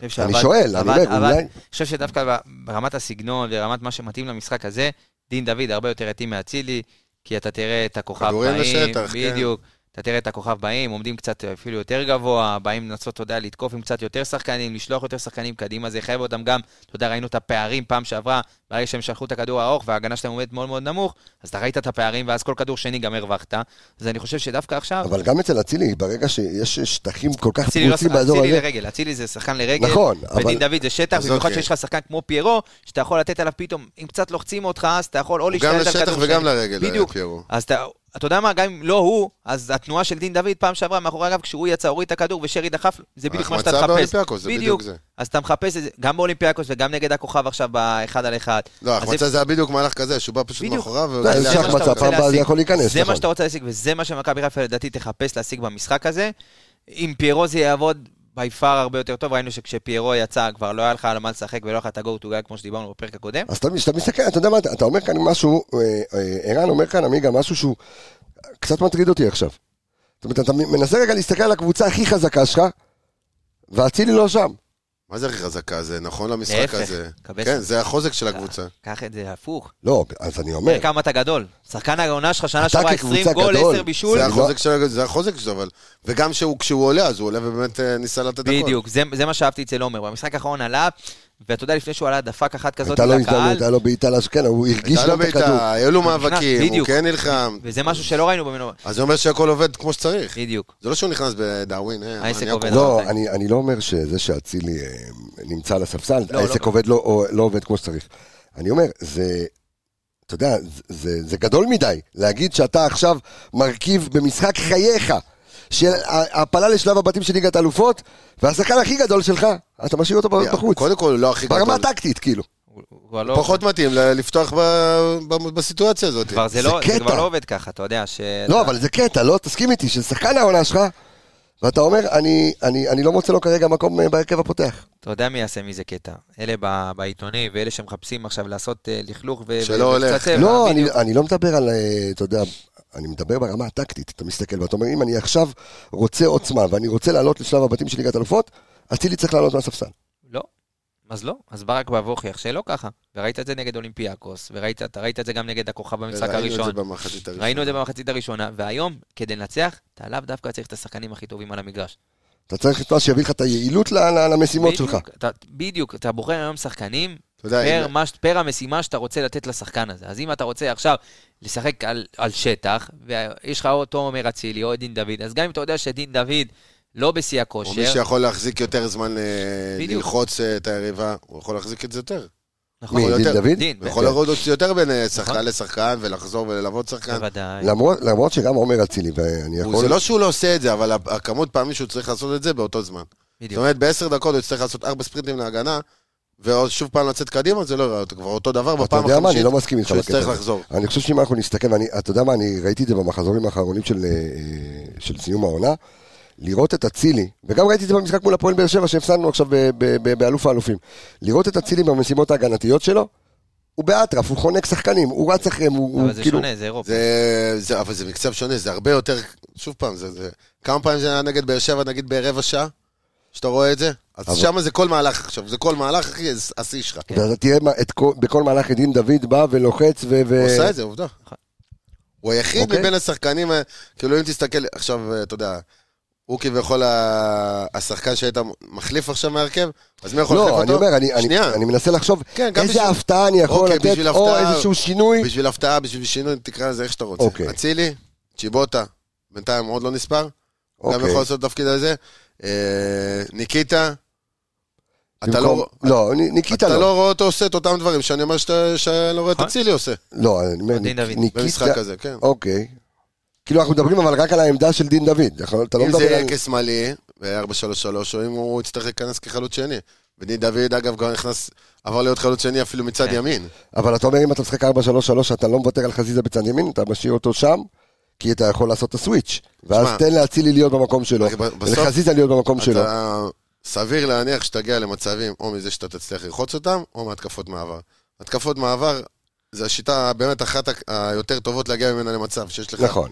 S5: אני חושב
S1: אני
S5: שעבד-
S1: שואל, אני
S5: עבד-
S1: אומר,
S5: עבד.
S1: אולי...
S5: אני חושב שדווקא ב- ברמת הסגנון ורמת מה שמתאים למשחק הזה, דין דוד הרבה יותר התאים מאצילי, כי אתה תראה את הכוכב
S6: כדורים
S5: באים,
S6: לשטח, כן.
S5: בדיוק. אתה תראה את הכוכב באים, עומדים קצת אפילו יותר גבוה, באים לנסות, אתה יודע, לתקוף עם קצת יותר שחקנים, לשלוח יותר שחקנים קדימה, זה יחייב אותם גם, אתה יודע, ראינו את הפערים פעם שעברה, ברגע שהם שלחו את הכדור הארוך וההגנה שלהם עומדת מאוד מאוד נמוך, אז אתה ראית את הפערים, ואז כל כדור שני גם הרווחת. אז אני חושב שדווקא עכשיו,
S1: אבל גם אצל אצילי, ברגע שיש שטחים כל כך
S5: אצילי לא
S1: פרוצים
S5: שחקן,
S1: באזור
S5: אצילי
S1: הזה...
S5: לרגל, אצילי זה שחקן לרגל.
S1: נכון, אבל-
S5: ודין דוד זה שטח,
S6: אז
S5: במיוחד
S6: אוקיי.
S5: שיש לך שחקן כמו פיירו, שאתה יכול לתת עליו פתאום, אם קצת לוחצים אותך, אז אתה יכול או
S6: הוא גם
S5: להשתלט על
S6: לשטח
S5: כדור
S6: וגם
S5: שני.
S6: לרגל, אה,
S5: בדיוק.
S6: פיירו.
S5: אז אתה... אתה יודע מה, גם אם לא הוא, אז התנועה של דין דוד פעם שעברה מאחורי הגב, כשהוא יצא, הוריד את הכדור ושרי דחף, זה בדיוק מה שאתה
S6: החמצה
S5: מחפש.
S6: באולימפיאקוס, זה בדיוק זה.
S5: אז אתה מחפש את זה, גם באולימפיאקוס וגם נגד הכוכב עכשיו באחד על אחד.
S6: לא,
S5: אז
S6: החמצה זה היה בדיוק מהלך כזה, שהוא בא פשוט
S5: בדיוק.
S6: מאחוריו.
S1: לא,
S6: והוא
S1: יש
S5: זה מה
S6: עלה.
S5: שאתה
S1: החמצה,
S5: רוצה
S1: פעם הבאה זה
S5: להשיג.
S1: יכול להיכנס,
S5: זה
S1: נכון.
S5: מה שאתה רוצה להשיג, וזה מה שמכבי חיפה לדעתי תחפש להשיג במשחק הזה. עם פיירו זה יעבוד בי פאר הרבה יותר טוב, ראינו שכשפיירו יצא כבר לא היה לך על מה לשחק ולא היה לך את ה-go to guy כמו שדיברנו בפרק הקודם.
S1: אז אתה- כשאתה מסתכל, אתה יודע מה, אתה אתה אומר כאן משהו, אה, אה, ערן אומר כאן, עמיגה, משהו שהוא קצת מטריד אותי עכשיו. זאת אומרת, אתה מנסה רגע להסתכל על הקבוצה הכי חזקה שלך, ואצילי לא שם.
S6: מה זה הכי חזקה? זה נכון למשחק
S5: להפך,
S6: הזה.
S5: קבס.
S6: כן, זה החוזק של הקבוצה.
S5: קח את זה הפוך.
S1: לא, אז אני אומר,
S5: תראה כמה אתה גדול. שחקן העונה שלך שנה
S1: אתה
S5: שעברה
S1: כקבוצה
S5: 20 גול,
S1: גדול.
S5: 10 בישול.
S6: זה
S1: אני לא-
S6: החוזק שלו, זה החוזק שלו, אבל... וגם שהוא- כשהוא עולה, אז הוא עולה ובאמת אה, ניסה לתת הכול.
S5: בדיוק, זה, זה מה שאהבתי אצל עומר. במשחק האחרון עלה, ואתה יודע, לפני שהוא עלה, דפק אחת כזאת
S1: הייתה לו לא הזדמנות,
S5: לקהל,
S1: הייתה לו בעיטה, לש- כן, הוא הרגיש
S6: הייתה לו
S1: גם את הכדור.
S6: בעיטה, לא היו לו
S5: הוא נכנס,
S6: מאבקים, הוא
S5: בדיוק.
S6: כן נלחם.
S5: וזה משהו שלא ראינו ממנו.
S6: אז זה אומר שהכל עובד כמו שצריך.
S5: בדיוק.
S6: זה לא שהוא נכנס בדאווין, אה,
S5: העסק
S6: אני
S5: עובד.
S6: הכל-
S1: לא,
S5: אבל-
S1: אני, אני לא אומר שזה שאצילי אה, נמצא על הספסל,
S5: לא,
S1: העסק
S5: לא.
S1: עובד לא, או, לא עובד כמו שצריך. אני אומר, זה, אתה יודע, זה, זה, זה גדול מדי להגיד שאתה עכשיו מרכיב במשחק חייך של ה- העפלה לשלב הבתים של ליגת האלופות, והשחקן הכי גדול שלך, אתה משאיר אותו בחוץ.
S6: קודם כל, לא הכי גדול.
S1: ברמה הטקטית, כאילו.
S5: הוא- הוא כבר לא-
S6: פחות מתאים ל- לפתוח ב- ב- בסיטואציה הזאת.
S5: כבר זה
S1: זה
S5: לא- זה
S1: קטע.
S5: כבר לא עובד ככה, אתה יודע. שאתה-
S1: לא, אבל זה קטע, לא? תסכים איתי, ששחקן העונה שלך, ואתה אומר, אני, אני, אני לא מוצא לו כרגע מקום אה, בהרכב הפותח.
S5: אתה יודע מי יעשה מזה קטע. אלה ב- בעיתונים, ואלה שמחפשים עכשיו לעשות אה, לכלוך ו...
S6: שלא הולך.
S5: וקצת אה, צבע,
S1: לא, אני,
S5: בדיוק.
S1: אני לא מדבר על, אה, אתה יודע, אני מדבר ברמה הטקטית. אתה מסתכל ואתה אומר, אם אני עכשיו רוצה עוצמה ואני רוצה לעלות לשלב הבתים של ליגת אלופות, אצילי צריך לעלות מהספסל.
S5: לא. אז לא, אז ברק בא והוכיח שלא ככה. וראית את זה נגד אולימפיאקוס, וראית אתה ראית את זה גם נגד הכוכב במשחק
S6: ראינו את
S5: הראשון.
S6: זה במחצית הראשונה.
S5: ראינו את זה במחצית הראשונה, והיום, כדי לנצח, אתה לאו דווקא צריך את השחקנים הכי טובים על המגרש.
S1: אתה צריך את מה שיביא לך את היעילות ל- ל- למשימות
S5: בדיוק,
S1: שלך.
S5: אתה- בדיוק, אתה בוחר היום שחקנים
S6: אתה יודע,
S5: פר,
S6: אם-
S5: מה, ש- פר המשימה שאתה רוצה לתת לשחקן הזה. אז אם אתה רוצה עכשיו לשחק על, על שטח, ויש לך או תומר אצילי או את דין דוד, אז גם אם אתה יודע שדין דוד לא בשיא
S6: או מי
S5: הכושר,
S6: שיכול להחזיק יותר זמן אה,
S5: בדיוק.
S6: ללחוץ אה, את היריבה, הוא יכול להחזיק את זה יותר.
S5: נכון,
S1: מי,
S6: יכול
S1: דין
S6: יותר.
S1: דוד?
S5: דין,
S6: הוא יכול
S1: כן.
S6: לראות יותר בין אה,
S5: נכון.
S6: שחקן לשחקן ולחזור וללוות שחקן.
S5: בוודאי.
S1: למרות, למרות שגם עומר אצילי, ואני
S6: הוא-
S1: יכול...
S6: זה לא שהוא לא עושה את זה, אבל הכמות פעמים שהוא צריך לעשות את זה באותו זמן. זאת
S5: בדיוק.
S6: אומרת, בעשר דקות הוא יצטרך לעשות ארבע ספרינטים להגנה, ועוד שוב פעם לצאת קדימה, זה לא יראה אותו כבר אותו דבר
S1: אתה
S6: בפעם
S1: יודע מה, אני
S6: החמישית.
S1: לא מסכים איתך
S6: שהוא
S1: בקטע
S6: יצטרך
S1: הזה.
S6: לחזור.
S1: אני חושב שאם אנחנו נסתכל, ואני- אתה יודע מה, אני ראיתי את זה במחזורים האחרונים של, אה, אה, של סיום העונה, לראות את אצילי, וגם ראיתי את זה במשחק מול הפועל באר שבע שהפסדנו עכשיו ב- ב- ב- באלוף האלופים, לראות את אצילי במשימות ההגנתיות שלו, הוא באטרף, הוא חונק שחקנים, הוא רץ אחריהם, הוא הוא
S5: אבל זה
S1: כאילו...
S5: שונה, זה אירופה.
S6: זה, זה, אבל זה מקצב שונה, זה הרבה יותר, שוב פעם, זה, זה, כמה פעמים זה היה נגד באר שבע, נגיד ברבע שעה, שאתה רואה את זה? אז
S1: אבל-
S6: אבל... שם זה כל מהלך עכשיו, זה כל מהלך, אחי, זה השיא שלך.
S5: כן.
S1: ואתה תראה מה- את כל- בכל מהלך את דין דוד בא ולוחץ ו... ו-
S6: הוא עשה את זה, עובדה.
S5: נכון.
S6: הוא היחיד
S1: אה, אוקיי.
S6: מבין השחקנים, ה- כאילו אם תסתכל, עכשיו, אה, אתה יודע, הוא כביכול ה- השחקן שהיית מחליף עכשיו מהרכב, אז מי יכול להחליף
S1: לא,
S6: אותו?
S1: אני אומר, אני- אני-
S6: שנייה.
S1: אני מנסה לחשוב
S6: כן, גם
S1: איזה
S6: בשביל-
S1: הפתעה אני יכול
S6: אוקיי,
S1: לתת,
S6: בשביל
S1: או
S6: הפתעה-
S1: איזשהו שינוי.
S6: בשביל הפתעה, בשביל שינוי, תקרא לזה איך שאתה רוצה.
S1: אוקיי.
S6: אצילי, צ'יבוטה, בינתיים עוד לא נספר. גם
S1: אוקיי.
S6: יכול לעשות תפקיד על זה. אה, ניקיטה, אתה
S1: במקום-
S6: לא-
S1: לא, נ- ניקיטה
S6: אתה
S1: לא.
S6: לא רואה אותו עושה את אותם דברים שאני אומר שאתה- שאני לא רואה את
S5: נכון.
S6: אצילי עושה
S1: לא, אני אומר,
S5: דין
S1: ניק-
S5: דוד.
S1: ניקיטה...
S6: במשחק הזה, כן.
S1: אוקיי. כאילו אנחנו מדברים אבל רק על העמדה של דין דוד, אנחנו- אתה לא
S6: אם זה
S1: מדבר על...
S6: יהיה כשמאלי, ב-4-3-3, או אם הוא יצטרך להיכנס כחלוץ שני. ודין דוד, אגב, כבר נכנס, עבר להיות חלוץ שני אפילו מצד
S5: כן.
S6: ימין.
S1: אבל אתה אומר, אם אתה משחק 4-3-3, אתה לא מוותר על חזיזה בצד ימין, אתה משאיר אותו שם, כי אתה יכול לעשות את הסוויץ'. ואז
S6: שמע,
S1: תן לאצילי להיות במקום שלו,
S6: אחי, ב- בסוף-
S1: ולחזיזה להיות במקום שלו.
S6: אתה סביר להניח שתגיע למצבים, או מזה שאתה תצליח לרחוץ אותם, או מהתקפות מעבר. התקפות מעבר, זו השיטה באמת אחת ה- היותר טובות להגיע ממנה למצב, שיש לך
S1: נכון.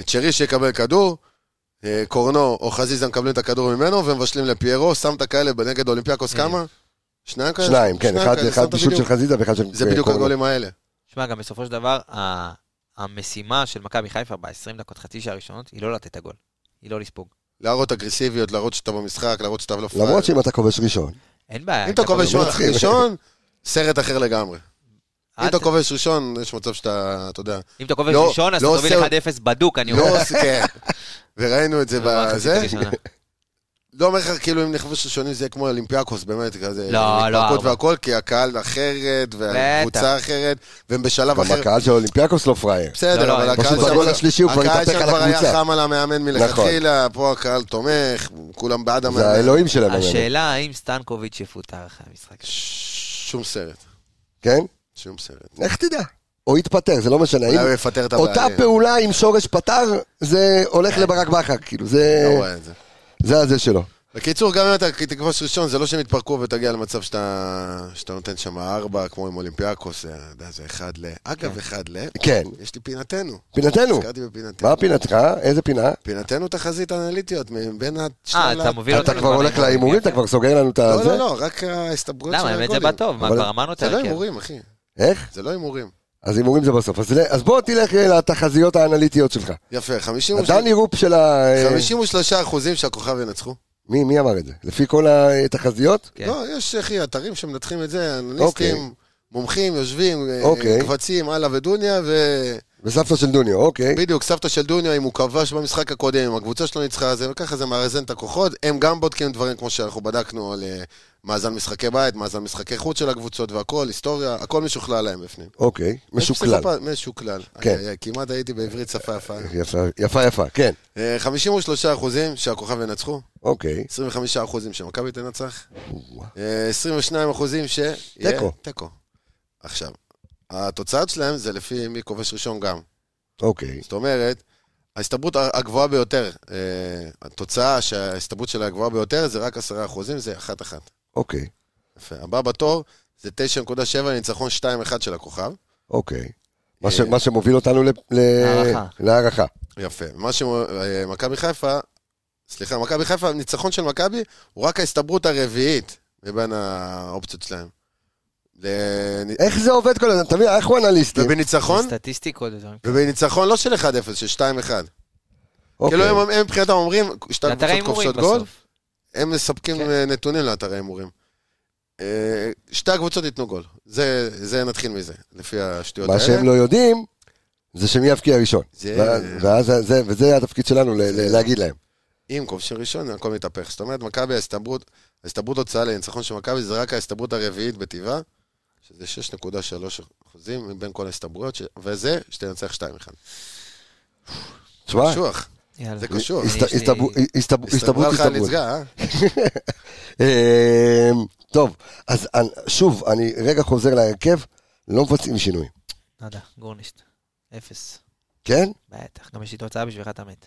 S6: את שרי שיקבל כדור, אה, קורנו או חזיזה מקבלים את הכדור ממנו ומבשלים לפיירו, שמת כאלה נגד אולימפיאקוס כמה? שניים כאלה?
S1: שניים, כן, אחד-
S6: כאלה,
S1: אחד
S6: שמת
S1: בישול של
S6: בדיוק.
S1: חזיזה ואחד של...
S6: זה בדיוק
S1: קורנו.
S6: הגולים האלה.
S5: שמע, גם בסופו של דבר, ה- המשימה של מכבי חיפה ב-20 דקות, חצי שעה הראשונות, היא לא לתת את הגול. היא לא לספוג.
S6: להראות אגרסיביות, להראות שאתה במשחק, להראות שאתה לא פראייר.
S5: אה,
S1: למרות שאם אתה כובש ראשון,
S5: אין בעיה.
S6: אם אתה כובש
S1: לא
S6: שוער
S1: מצחיק.
S6: ראשון, סרט אחר לגמרי. אם
S5: אל
S6: אתה
S5: ת-
S6: כובש ראשון, יש מצב שאתה, אתה יודע,
S5: אם אתה כובש
S6: לא-
S5: ראשון, אז אתה
S6: לא
S5: תוביל
S6: עושה-
S5: 1-0 בדוק, אני אומר.
S6: לא עושה, כן. וראינו את זה
S5: במחצית
S6: בזה.
S5: הראשונה.
S6: לא אומר לך, כאילו, אם נכבש ראשונים זה יהיה כמו אולימפיאקוס, באמת, כזה.
S5: לא,
S6: עם
S5: לא,
S6: התפרקות
S5: ארבע.
S6: והכל, כי הקהל אחרת, והקבוצה אחרת, והם בשלב
S1: גם
S6: אחר.
S1: הקהל של אולימפיאקוס לא פראייר.
S5: לא, לא,
S6: בסדר, אבל
S5: הם
S6: הקהל
S1: פשוט
S6: שם-
S1: בגול השלישי הוא כבר
S6: הקהל
S1: התהפך
S6: שם
S1: על
S6: כבר היה
S1: הקבוצה. נכון.
S6: חם על המאמן מלכתחילה, פה הקהל תומך, כולם בעד
S1: זה
S6: המאמן.
S1: האלוהים שלהם.
S6: לא.
S1: המאמן.
S5: השאלה האם סטנקוביץ' יפוטר אחרי המשחק.
S6: ש- שום סרט,
S1: כן?
S6: שום סרט.
S1: איך תדע? או יתפטר, זה לא משנה.
S6: אולי הוא
S1: אם-
S6: יפטר את
S1: אותה
S6: הבעלים.
S1: פעולה עם שורש פטר, זה הולך לברק בכר, כאילו, זה...
S6: לא רואה את זה.
S1: זה הזה שלו.
S6: בקיצור, גם אם אתה תכבוש ראשון, זה לא שהם יתפרקו ותגיע למצב שאתה, שאתה נותן שם ארבע, כמו עם אולימפיאקוס, זה, אתה יודע, זה אחד ל... אגב, אחד ל...
S1: כן.
S6: יש לי פינתנו.
S1: פינתנו.
S6: הזכרתי בפינתנו.
S1: מה פינתך? איזה פינה?
S6: פינתנו תחזית אנליטיות, מבין
S5: אה,
S6: השניים...
S5: אתה מוביל אותנו
S1: אתה כבר הולך
S5: בהימורים.
S1: להימורים? אתה כבר סוגר לנו את
S6: לא,
S1: הזה?
S6: לא, לא, רק ההסתברות של
S5: למה, האמת זה בא טוב, מה,
S1: אבל-
S5: כבר אמרנו את
S6: זה לא
S5: ההרכב.
S6: הימורים, אחי.
S1: איך?
S6: זה לא הימורים.
S1: אז הימורים זה בסוף. אז ל- אז בוא תלך אה, לתחזיות האנליטיות שלך.
S6: יפה, 53
S1: הדני רופ של ה... אה,
S6: 53 אחוזים שהכוכב ינצחו.
S1: מי מי אמר את זה? לפי כל התחזיות?
S5: כן.
S6: לא, יש, אחי, אתרים שמנתחים את זה, אנליסטים, מומחים, יושבים, אה,
S1: אוקיי.
S6: קבצים, הלאה ודוניה, ו...
S1: וסבתא של דוניו, אוקיי.
S6: בדיוק, סבתא של דוניו, אם הוא כבש במשחק הקודם, אם הקבוצה שלו ניצחה, זה ככה זה מאזן את הכוחות. הם גם בודקים דברים כמו שאנחנו בדקנו על אה, מאזן משחקי בית, מאזן משחקי חוץ של הקבוצות והכל, היסטוריה, הכל משוכלל להם בפנים.
S1: אוקיי. משוקלל.
S6: פסיכופת- משוקלל.
S1: כן.
S6: איי, איי, איי, כמעט הייתי בעברית שפה יפה.
S1: יפה, יפה, יפה, כן.
S6: אה, 53 אחוזים שהכוכב ינצחו,
S1: אוקיי.
S6: 25 אחוזים שמכבי תנצח,
S1: וואו.
S6: אה, 22 אחוזים ש... יהיה
S1: תיקו.
S6: תיקו. עכשיו, התוצאות שלהם זה לפי מי כובש ראשון גם.
S1: אוקיי.
S6: זאת אומרת, ההסתברות הגבוהה ביותר, אה, התוצאה שההסתברות שלה הגבוהה ביותר זה רק 10 אחוזים, זה אחת אחת.
S1: אוקיי.
S6: יפה. הבא בתור זה 9.7 ניצחון 2-1 של הכוכב.
S1: אוקיי. מה ש-
S6: אה,
S1: מה שמוביל אותנו ל- ל-
S5: הערכה.
S1: להערכה.
S6: יפה. מה שמכבי חיפה, סליחה, מכבי חיפה, הניצחון של מכבי הוא רק ההסתברות הרביעית מבין האופציות שלהם. ל-
S1: איך זה עובד כל הזמן? תבין, אנחנו אנליסטים.
S6: ובניצחון,
S5: סטטיסטיקות ודברים.
S6: ובניצחון לא של 1-0, של 2-1.
S1: אוקיי.
S6: כאילו הם הם מבחינתם אומרים, שתי
S5: לאתרי
S6: קבוצות
S5: הימורים
S6: כובשות גול,
S5: בסוף.
S6: הם מספקים
S5: כן.
S6: אה, נתונים לאתרי הימורים. אה, שתי הקבוצות ייתנו גול. זה, זה נתחיל מזה, לפי השטויות
S1: מה
S6: האלה.
S1: שהם לא יודעים, זה שמי יבקיע ראשון.
S6: אה? זה-
S1: ואז- ואז זה, וזה התפקיד שלנו ל- ל- להגיד להם.
S6: אם כובשים ראשון, הכל מתהפך. זאת אומרת, מכבי, ההסתברות, ההסתברות הוצאה לניצחון של מכבי זה רק ההסתברות הרביעית בטבעה, שזה 6.3 אחוזים מבין כל ההסתברויות, ש... וזה שתנצח 2-1.
S1: תשמע,
S6: קשוח.
S5: יאללה.
S6: זה קשור.
S5: אני-
S1: הסת-
S5: יש לי-
S1: הסתברו- אה, הסתברו-
S6: הסתברה
S1: הסתברות,
S6: לך
S1: הסתברות.
S6: הנצגה, אה?
S1: אמ, טוב, אז אנ- שוב, אני רגע חוזר להרכב, לא מבצעים שינויים,
S5: נדה, לא גורנישט. אפס.
S1: כן?
S5: בטח, גם יש לי תוצאה בשבילך, אתה מת.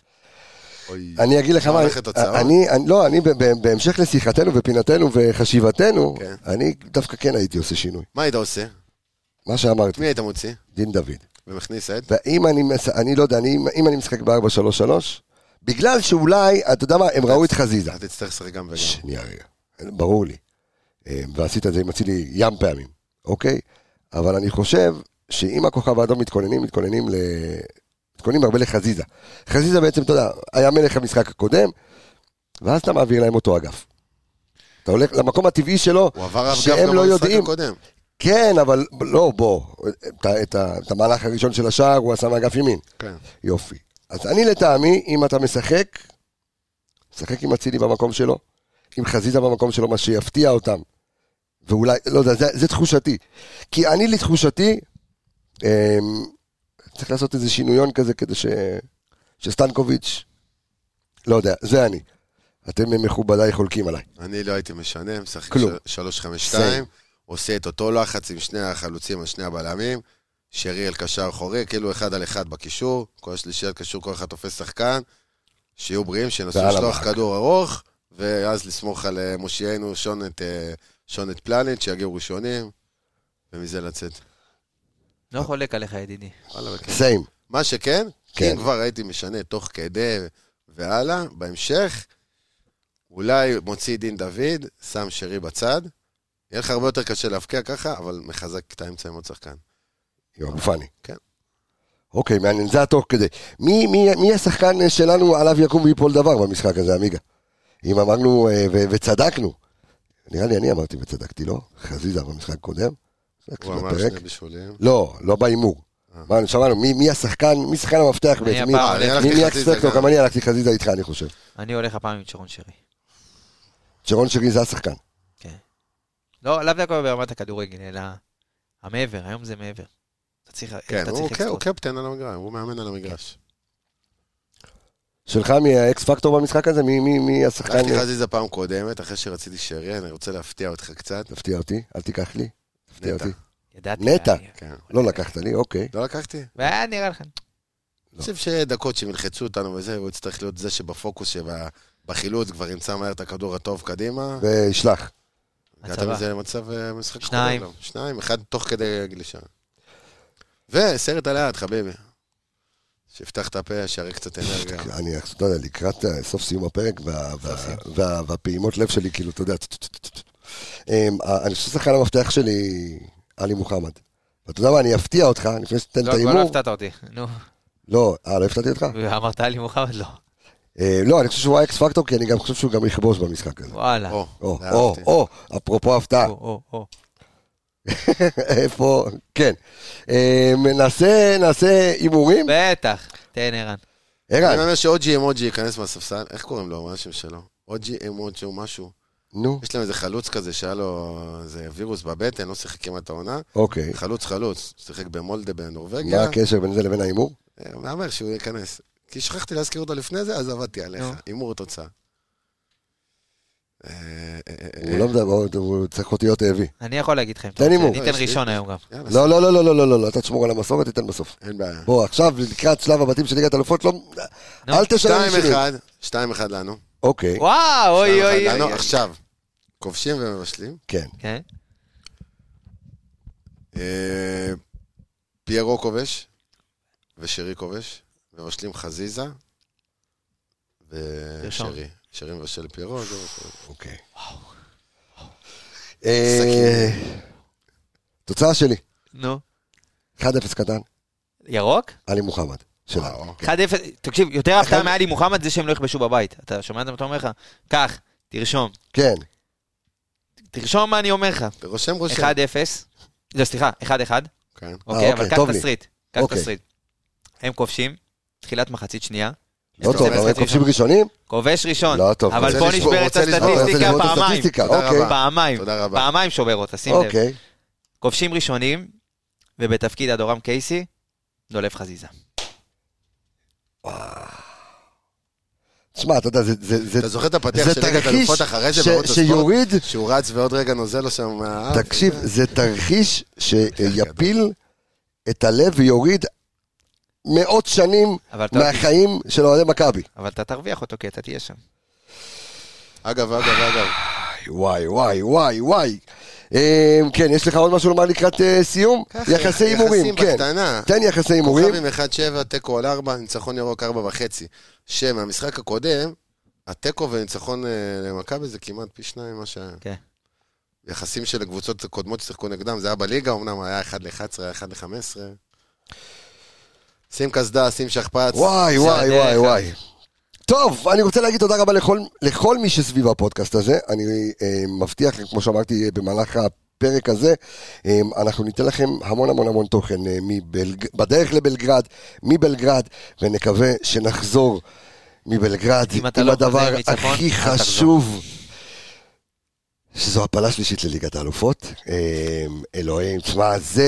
S6: אוי.
S1: אני אגיד לך
S6: אפשר
S1: מה,
S6: ללכת תוצאה?
S1: אני, אני- לא, אני ב- ב- בהמשך לשיחתנו ופינתנו וחשיבתנו,
S6: כן.
S1: אני דווקא כן הייתי עושה שינוי.
S6: מה היית עושה?
S1: מה
S6: את
S1: שאמרתי,
S6: מי היית מוציא?
S1: דין דוד.
S6: ומכניס את?
S1: ואם אני, מס- אני לא יודע, אני, אם אני משחק ב-4-3-3, בגלל שאולי, אתה יודע מה, הם ראו את חזיזה.
S6: אתה תצטרך לשחק גם וגם.
S1: שנייה רגע, ברור לי. אה, ועשית את זה עם אצילי ים פעמים, אוקיי? אבל אני חושב שאם הכוכב האדום מתכוננים, מתכוננים ל... מתכוננים הרבה לחזיזה. חזיזה בעצם, אתה יודע, היה מלך המשחק הקודם, ואז אתה מעביר להם אותו אגף. אתה הולך למקום הטבעי שלו,
S6: הוא עבר אף
S1: שהם
S6: גם
S1: לא
S6: במשחק
S1: יודעים.
S6: הקודם.
S1: כן, אבל לא, בוא, את, ה- את, ה- את המהלך הראשון של השער הוא עשה מאגף ימין.
S6: כן.
S1: יופי. אז אני לטעמי, אם אתה משחק, משחק עם אצילי במקום שלו, עם חזיזה במקום שלו, מה שיפתיע אותם. ואולי, לא יודע, זה, זה תחושתי. כי אני לתחושתי, אה, צריך לעשות איזה שינויון כזה כדי ש, שסטנקוביץ', לא יודע, זה אני. אתם אה, מכובדיי חולקים עליי.
S6: אני לא הייתי משנה, משחק
S1: כלום.
S6: ש- 3-5-2, עושה את אותו לחץ עם שני החלוצים, על שני הבלמים, שרי אל קשר אחורי, כאילו אחד על אחד בקישור, כל השלישי על קשור, כל אחד תופס שחקן, שיהיו בריאים, שינסו
S1: ועל
S6: לשלוח
S1: המרק.
S6: כדור ארוך, ואז לסמוך על אה, מושיענו שונת, אה, שונת פלנט, שיגיעו ראשונים, ומזה לצאת.
S5: לא חולק עליך, ידידי.
S6: וואלה, בכיף.
S1: סיים.
S6: מה שכן,
S1: כן.
S6: כן. אם כבר הייתי משנה תוך כדי והלאה, בהמשך, אולי מוציא דין דוד, שם שרי בצד, יהיה לך הרבה יותר קשה להבקיע ככה, אבל מחזק את האמצע עם עוד שחקן.
S1: עם אבו פאני.
S6: כן.
S1: אוקיי, מעניין, זה התוך כדי. מי, מי, מי השחקן אה, שלנו עליו יקום ויפול דבר במשחק הזה, עמיגה? אם אמרנו אה, ו- וצדקנו, נראה לי אני אמרתי וצדקתי, לא? חזיזה במשחק הקודם.
S6: הוא
S1: צדקנו
S6: אמר
S1: בפרק.
S6: שני אה. בישולים.
S1: לא, לא בהימור. אמרנו, שמענו, מי, מי השחקן, מי שחקן המפתח
S5: אני
S1: בעצם? מי-
S5: הפעם, אני
S1: מי-
S6: הלכתי
S1: מי
S6: חזיזה
S1: הצדק לו?
S6: גם.
S1: גם אני הלכתי חזיזה איתך, אני חושב.
S5: אני הולך הפעם עם שרון שרי.
S1: שרון שרי זה השחקן.
S5: לא, לאו דווקא ברמת הכדורגל, אלא המעבר, היום זה מעבר. אתה צריך
S6: כן,
S5: אתה
S6: הוא
S5: צריך
S6: קפ- הוא
S5: אקסטרות.
S6: קפטן על המגרש, הוא מאמן על המגרש.
S1: שלך מהאקס פקטור במשחק הזה? מי, מי, מי השחקן?
S6: לקחתי חזיזה פעם קודמת, אחרי שרציתי שרי, אני רוצה להפתיע אותך קצת.
S1: תפתיע אותי, אל תיקח לי. תפתיע
S6: נטע.
S1: אותי.
S5: ידעתי. אה,
S1: נטע.
S5: אני-
S6: כן.
S1: לא לקחת לי, אוקיי.
S6: לא לקחתי?
S5: והיה נראה לך.
S6: אני חושב שדקות שהם ילחצו אותנו וזה, הוא יצטרך להיות זה שבפוקוס, שבחילוץ כבר ימצא מהר את הכדור הטוב קדימה.
S1: וישלח.
S6: הגעת
S5: הצבא.
S6: מזה למצב אה, משחק
S5: שניים.
S6: חולה, לא. שניים, אחד תוך כדי גלישה. וסרט על היד, חביבי. שיפתח את הפה, שיראה קצת אנרגיה.
S1: אני, אתה יודע, לקראת אה, סוף סיום הפרק, וה- וה- וה- והפעימות לב שלי, כאילו, אתה יודע, טו- טו- טו- טו- טו. אמ, ה- אני חושב ששחקן המפתח שלי, עלי מוחמד. ואתה יודע מה, אני אפתיע אותך, לפני שתיתן
S5: לא,
S1: את
S5: כבר לא
S1: ההימור.
S5: הפתעת אותי. נו,
S1: לא, אה, לא הפתעתי אותך?
S5: אמרת לי מוחמד? לא.
S1: אה, לא, אני חושב שהוא האקס פקטור, כי אני גם חושב שהוא גם יכבוש במשחק הזה.
S5: וואלה.
S6: או, אה.
S1: או,
S6: זה
S1: או,
S6: לא אהבתי.
S1: או, אפרופו הפתעה.
S5: או, או, או.
S1: איפה, כן. אמ, נעשה, נעשה הימורים.
S5: בטח. תן, ערן.
S6: אני
S1: ערן,
S6: אומר שאוג'י אמוג'י ייכנס מהספסל, איך קוראים לו, מה השם שלו? אוג'י אמוג'י או משהו.
S1: נו,
S6: יש להם איזה חלוץ כזה שהיה לו איזה וירוס בבטן, לא שיחק כמעט העונה.
S1: אוקיי.
S6: חלוץ חלוץ, שיחק במולדה
S1: מה
S6: בנורבגיה.
S1: הקשר בין זה לבין ההימור?
S6: אה, מהמר שהוא ייכנס. כי שכחתי להזכיר אותו לפני זה, אז עבדתי עליך.
S5: נו.
S6: הימור תוצאה. אה, אה, אה, אה,
S1: הוא לא מדבר, הוא- הוא צריך אותיות האבי.
S5: אני יכול להגיד לך. אם אתה
S1: תן
S5: רוצה.
S1: הימור.
S5: ניתן
S6: אה,
S5: ראשון היום גם.
S6: יאללה,
S1: לא, לא, לא, לא, לא, לא, לא, לא, אתה תשמור על המסורת, תיתן בסוף.
S6: אין בעיה.
S1: בוא, עכשיו, לקראת שלב הבתים של ליגת אלופות, לא... אל תשלם לי שירים.
S6: 2-1, 2-1 לנו.
S1: אוקיי,
S5: וואו,
S6: 2-1
S5: אוי אוי
S6: לנו.
S5: אוי.
S6: עכשיו, כובשים ומבשלים.
S1: כן.
S5: כן?
S6: אה, פיירו כובש, ושרי כובש, מבשלים חזיזה,
S5: תרשום.
S6: ושרי. שרי מבשל פיירו, זה מה ש-
S1: אוקיי. אה, תוצאה שלי,
S5: נו.
S1: 1-0 קטן,
S5: ירוק?
S1: עלי מוחמד. שלנו.
S6: וואו.
S5: 1-0, תקשיב, יותר הפתעה מעלי מוחמד זה שהם לא יכבשו בבית. אתה שומע את מה אתה אומר לך? קח, תרשום.
S1: כן,
S5: תרשום מה אני אומר לך.
S6: רושם
S5: 1-0.
S6: רושם.
S5: לא, סליחה, 1-1.
S6: כן.
S5: אוקיי,
S1: אה, אוקיי,
S5: אבל קח
S1: טוב לי.
S5: תסריט. קח
S1: אוקיי.
S5: תסריט. הם כובשים, תחילת מחצית שנייה.
S1: לא
S5: אז
S1: טוב,
S5: אתה רוצה
S1: אבל
S5: לשחק
S1: כובשים
S5: ראשון?
S1: ראשונים?
S5: כובש ראשון.
S1: לא טוב.
S5: אבל
S1: רוצה
S5: פה
S6: לשבור,
S5: נשברת
S6: רוצה לשבור.
S5: הסטטיסטיקה
S1: רוצה לראות את
S5: פעמיים.
S1: הסטטיסטיקה,
S6: תודה
S1: אוקיי.
S6: רבה.
S5: פעמיים.
S6: תודה רבה.
S5: פעמיים שובר אותה, שים לב.
S1: אוקיי.
S5: כובשים ראשונים, ובתפקיד אדורם קייסי, דולף חזיזה.
S1: תשמע, אתה יודע, זה- זה... זה-
S6: אתה זוכר את הפתיח של ליגת
S1: תרחיש
S6: אלופות אחרי זה
S1: ש-
S6: בערוץ הספורט?
S1: שיוריד,
S6: שהוא רץ ועוד רגע נוזל לו שם מהאף.
S1: תקשיב, זה תרחיש שיפיל את הלב ויוריד מאות שנים
S5: אבל אתה-
S1: מהחיים של אוהדי מכבי.
S5: אבל אתה תרוויח אותו, כי אתה תהיה שם.
S6: אגב, אגב, אגב.
S1: וואי, וואי, וואי, וואי. אה, כן, יש לך עוד משהו לומר לקראת אה, סיום?
S6: ככה,
S1: יחסי הימורים,
S6: יחסים
S1: כן.
S6: בקטנה.
S1: תן יחסי הימורים.
S6: כוכבים 1-7, תיקו על 4, ניצחון ירוק 4.5. שמהמשחק הקודם, התיקו וניצחון אה, למכבי זה כמעט פי שניים מה שהיה.
S5: כן.
S6: יחסים של הקבוצות הקודמות ששיחקו נגדם, זה היה בליגה, אמנם היה 1 ל-11, היה 1 ל-15. שים קסדה, שים שכפ"ץ.
S1: וואי,
S5: זה
S1: וואי,
S5: הדרך,
S1: וואי,
S5: אה.
S1: וואי. טוב, אני רוצה להגיד תודה רבה לכל, לכל מי שסביב הפודקאסט הזה. אני אה, מבטיח, כמו שאמרתי אה, במהלך הפרק הזה, אה, אנחנו ניתן לכם המון המון המון תוכן אה, מבלג... בדרך לבלגרד, מבלגרד, ונקווה שנחזור מבלגרד
S5: אם אתה
S1: עם
S5: לא
S1: הדבר
S5: חוזר עם ניצחון,
S1: הכי
S5: אל תחזור.
S1: חשוב. שזו הפלה שלישית לליגת האלופות. אה, אלוהים, תשמע, זה...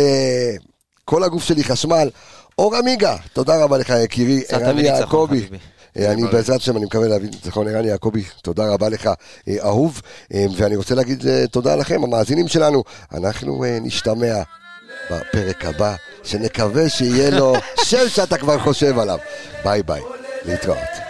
S1: כל הגוף שלי חשמל. אור עמיגה, תודה רבה לך יקירי,
S5: הפסדת
S1: ערן
S5: בניצחון,
S1: יעקבי.
S5: חביבי.
S1: אה, אני
S6: מעריך.
S1: בעזרת השם, אני מקווה להביא ניצחון ערן יעקבי, תודה רבה לך, אה, אהוב. אה, ואני רוצה להגיד אה, תודה לכם, המאזינים שלנו. אנחנו אה, נשתמע בפרק הבא, שנקווה שיהיה לו שם שאתה כבר חושב עליו. ביי ביי, להתראות.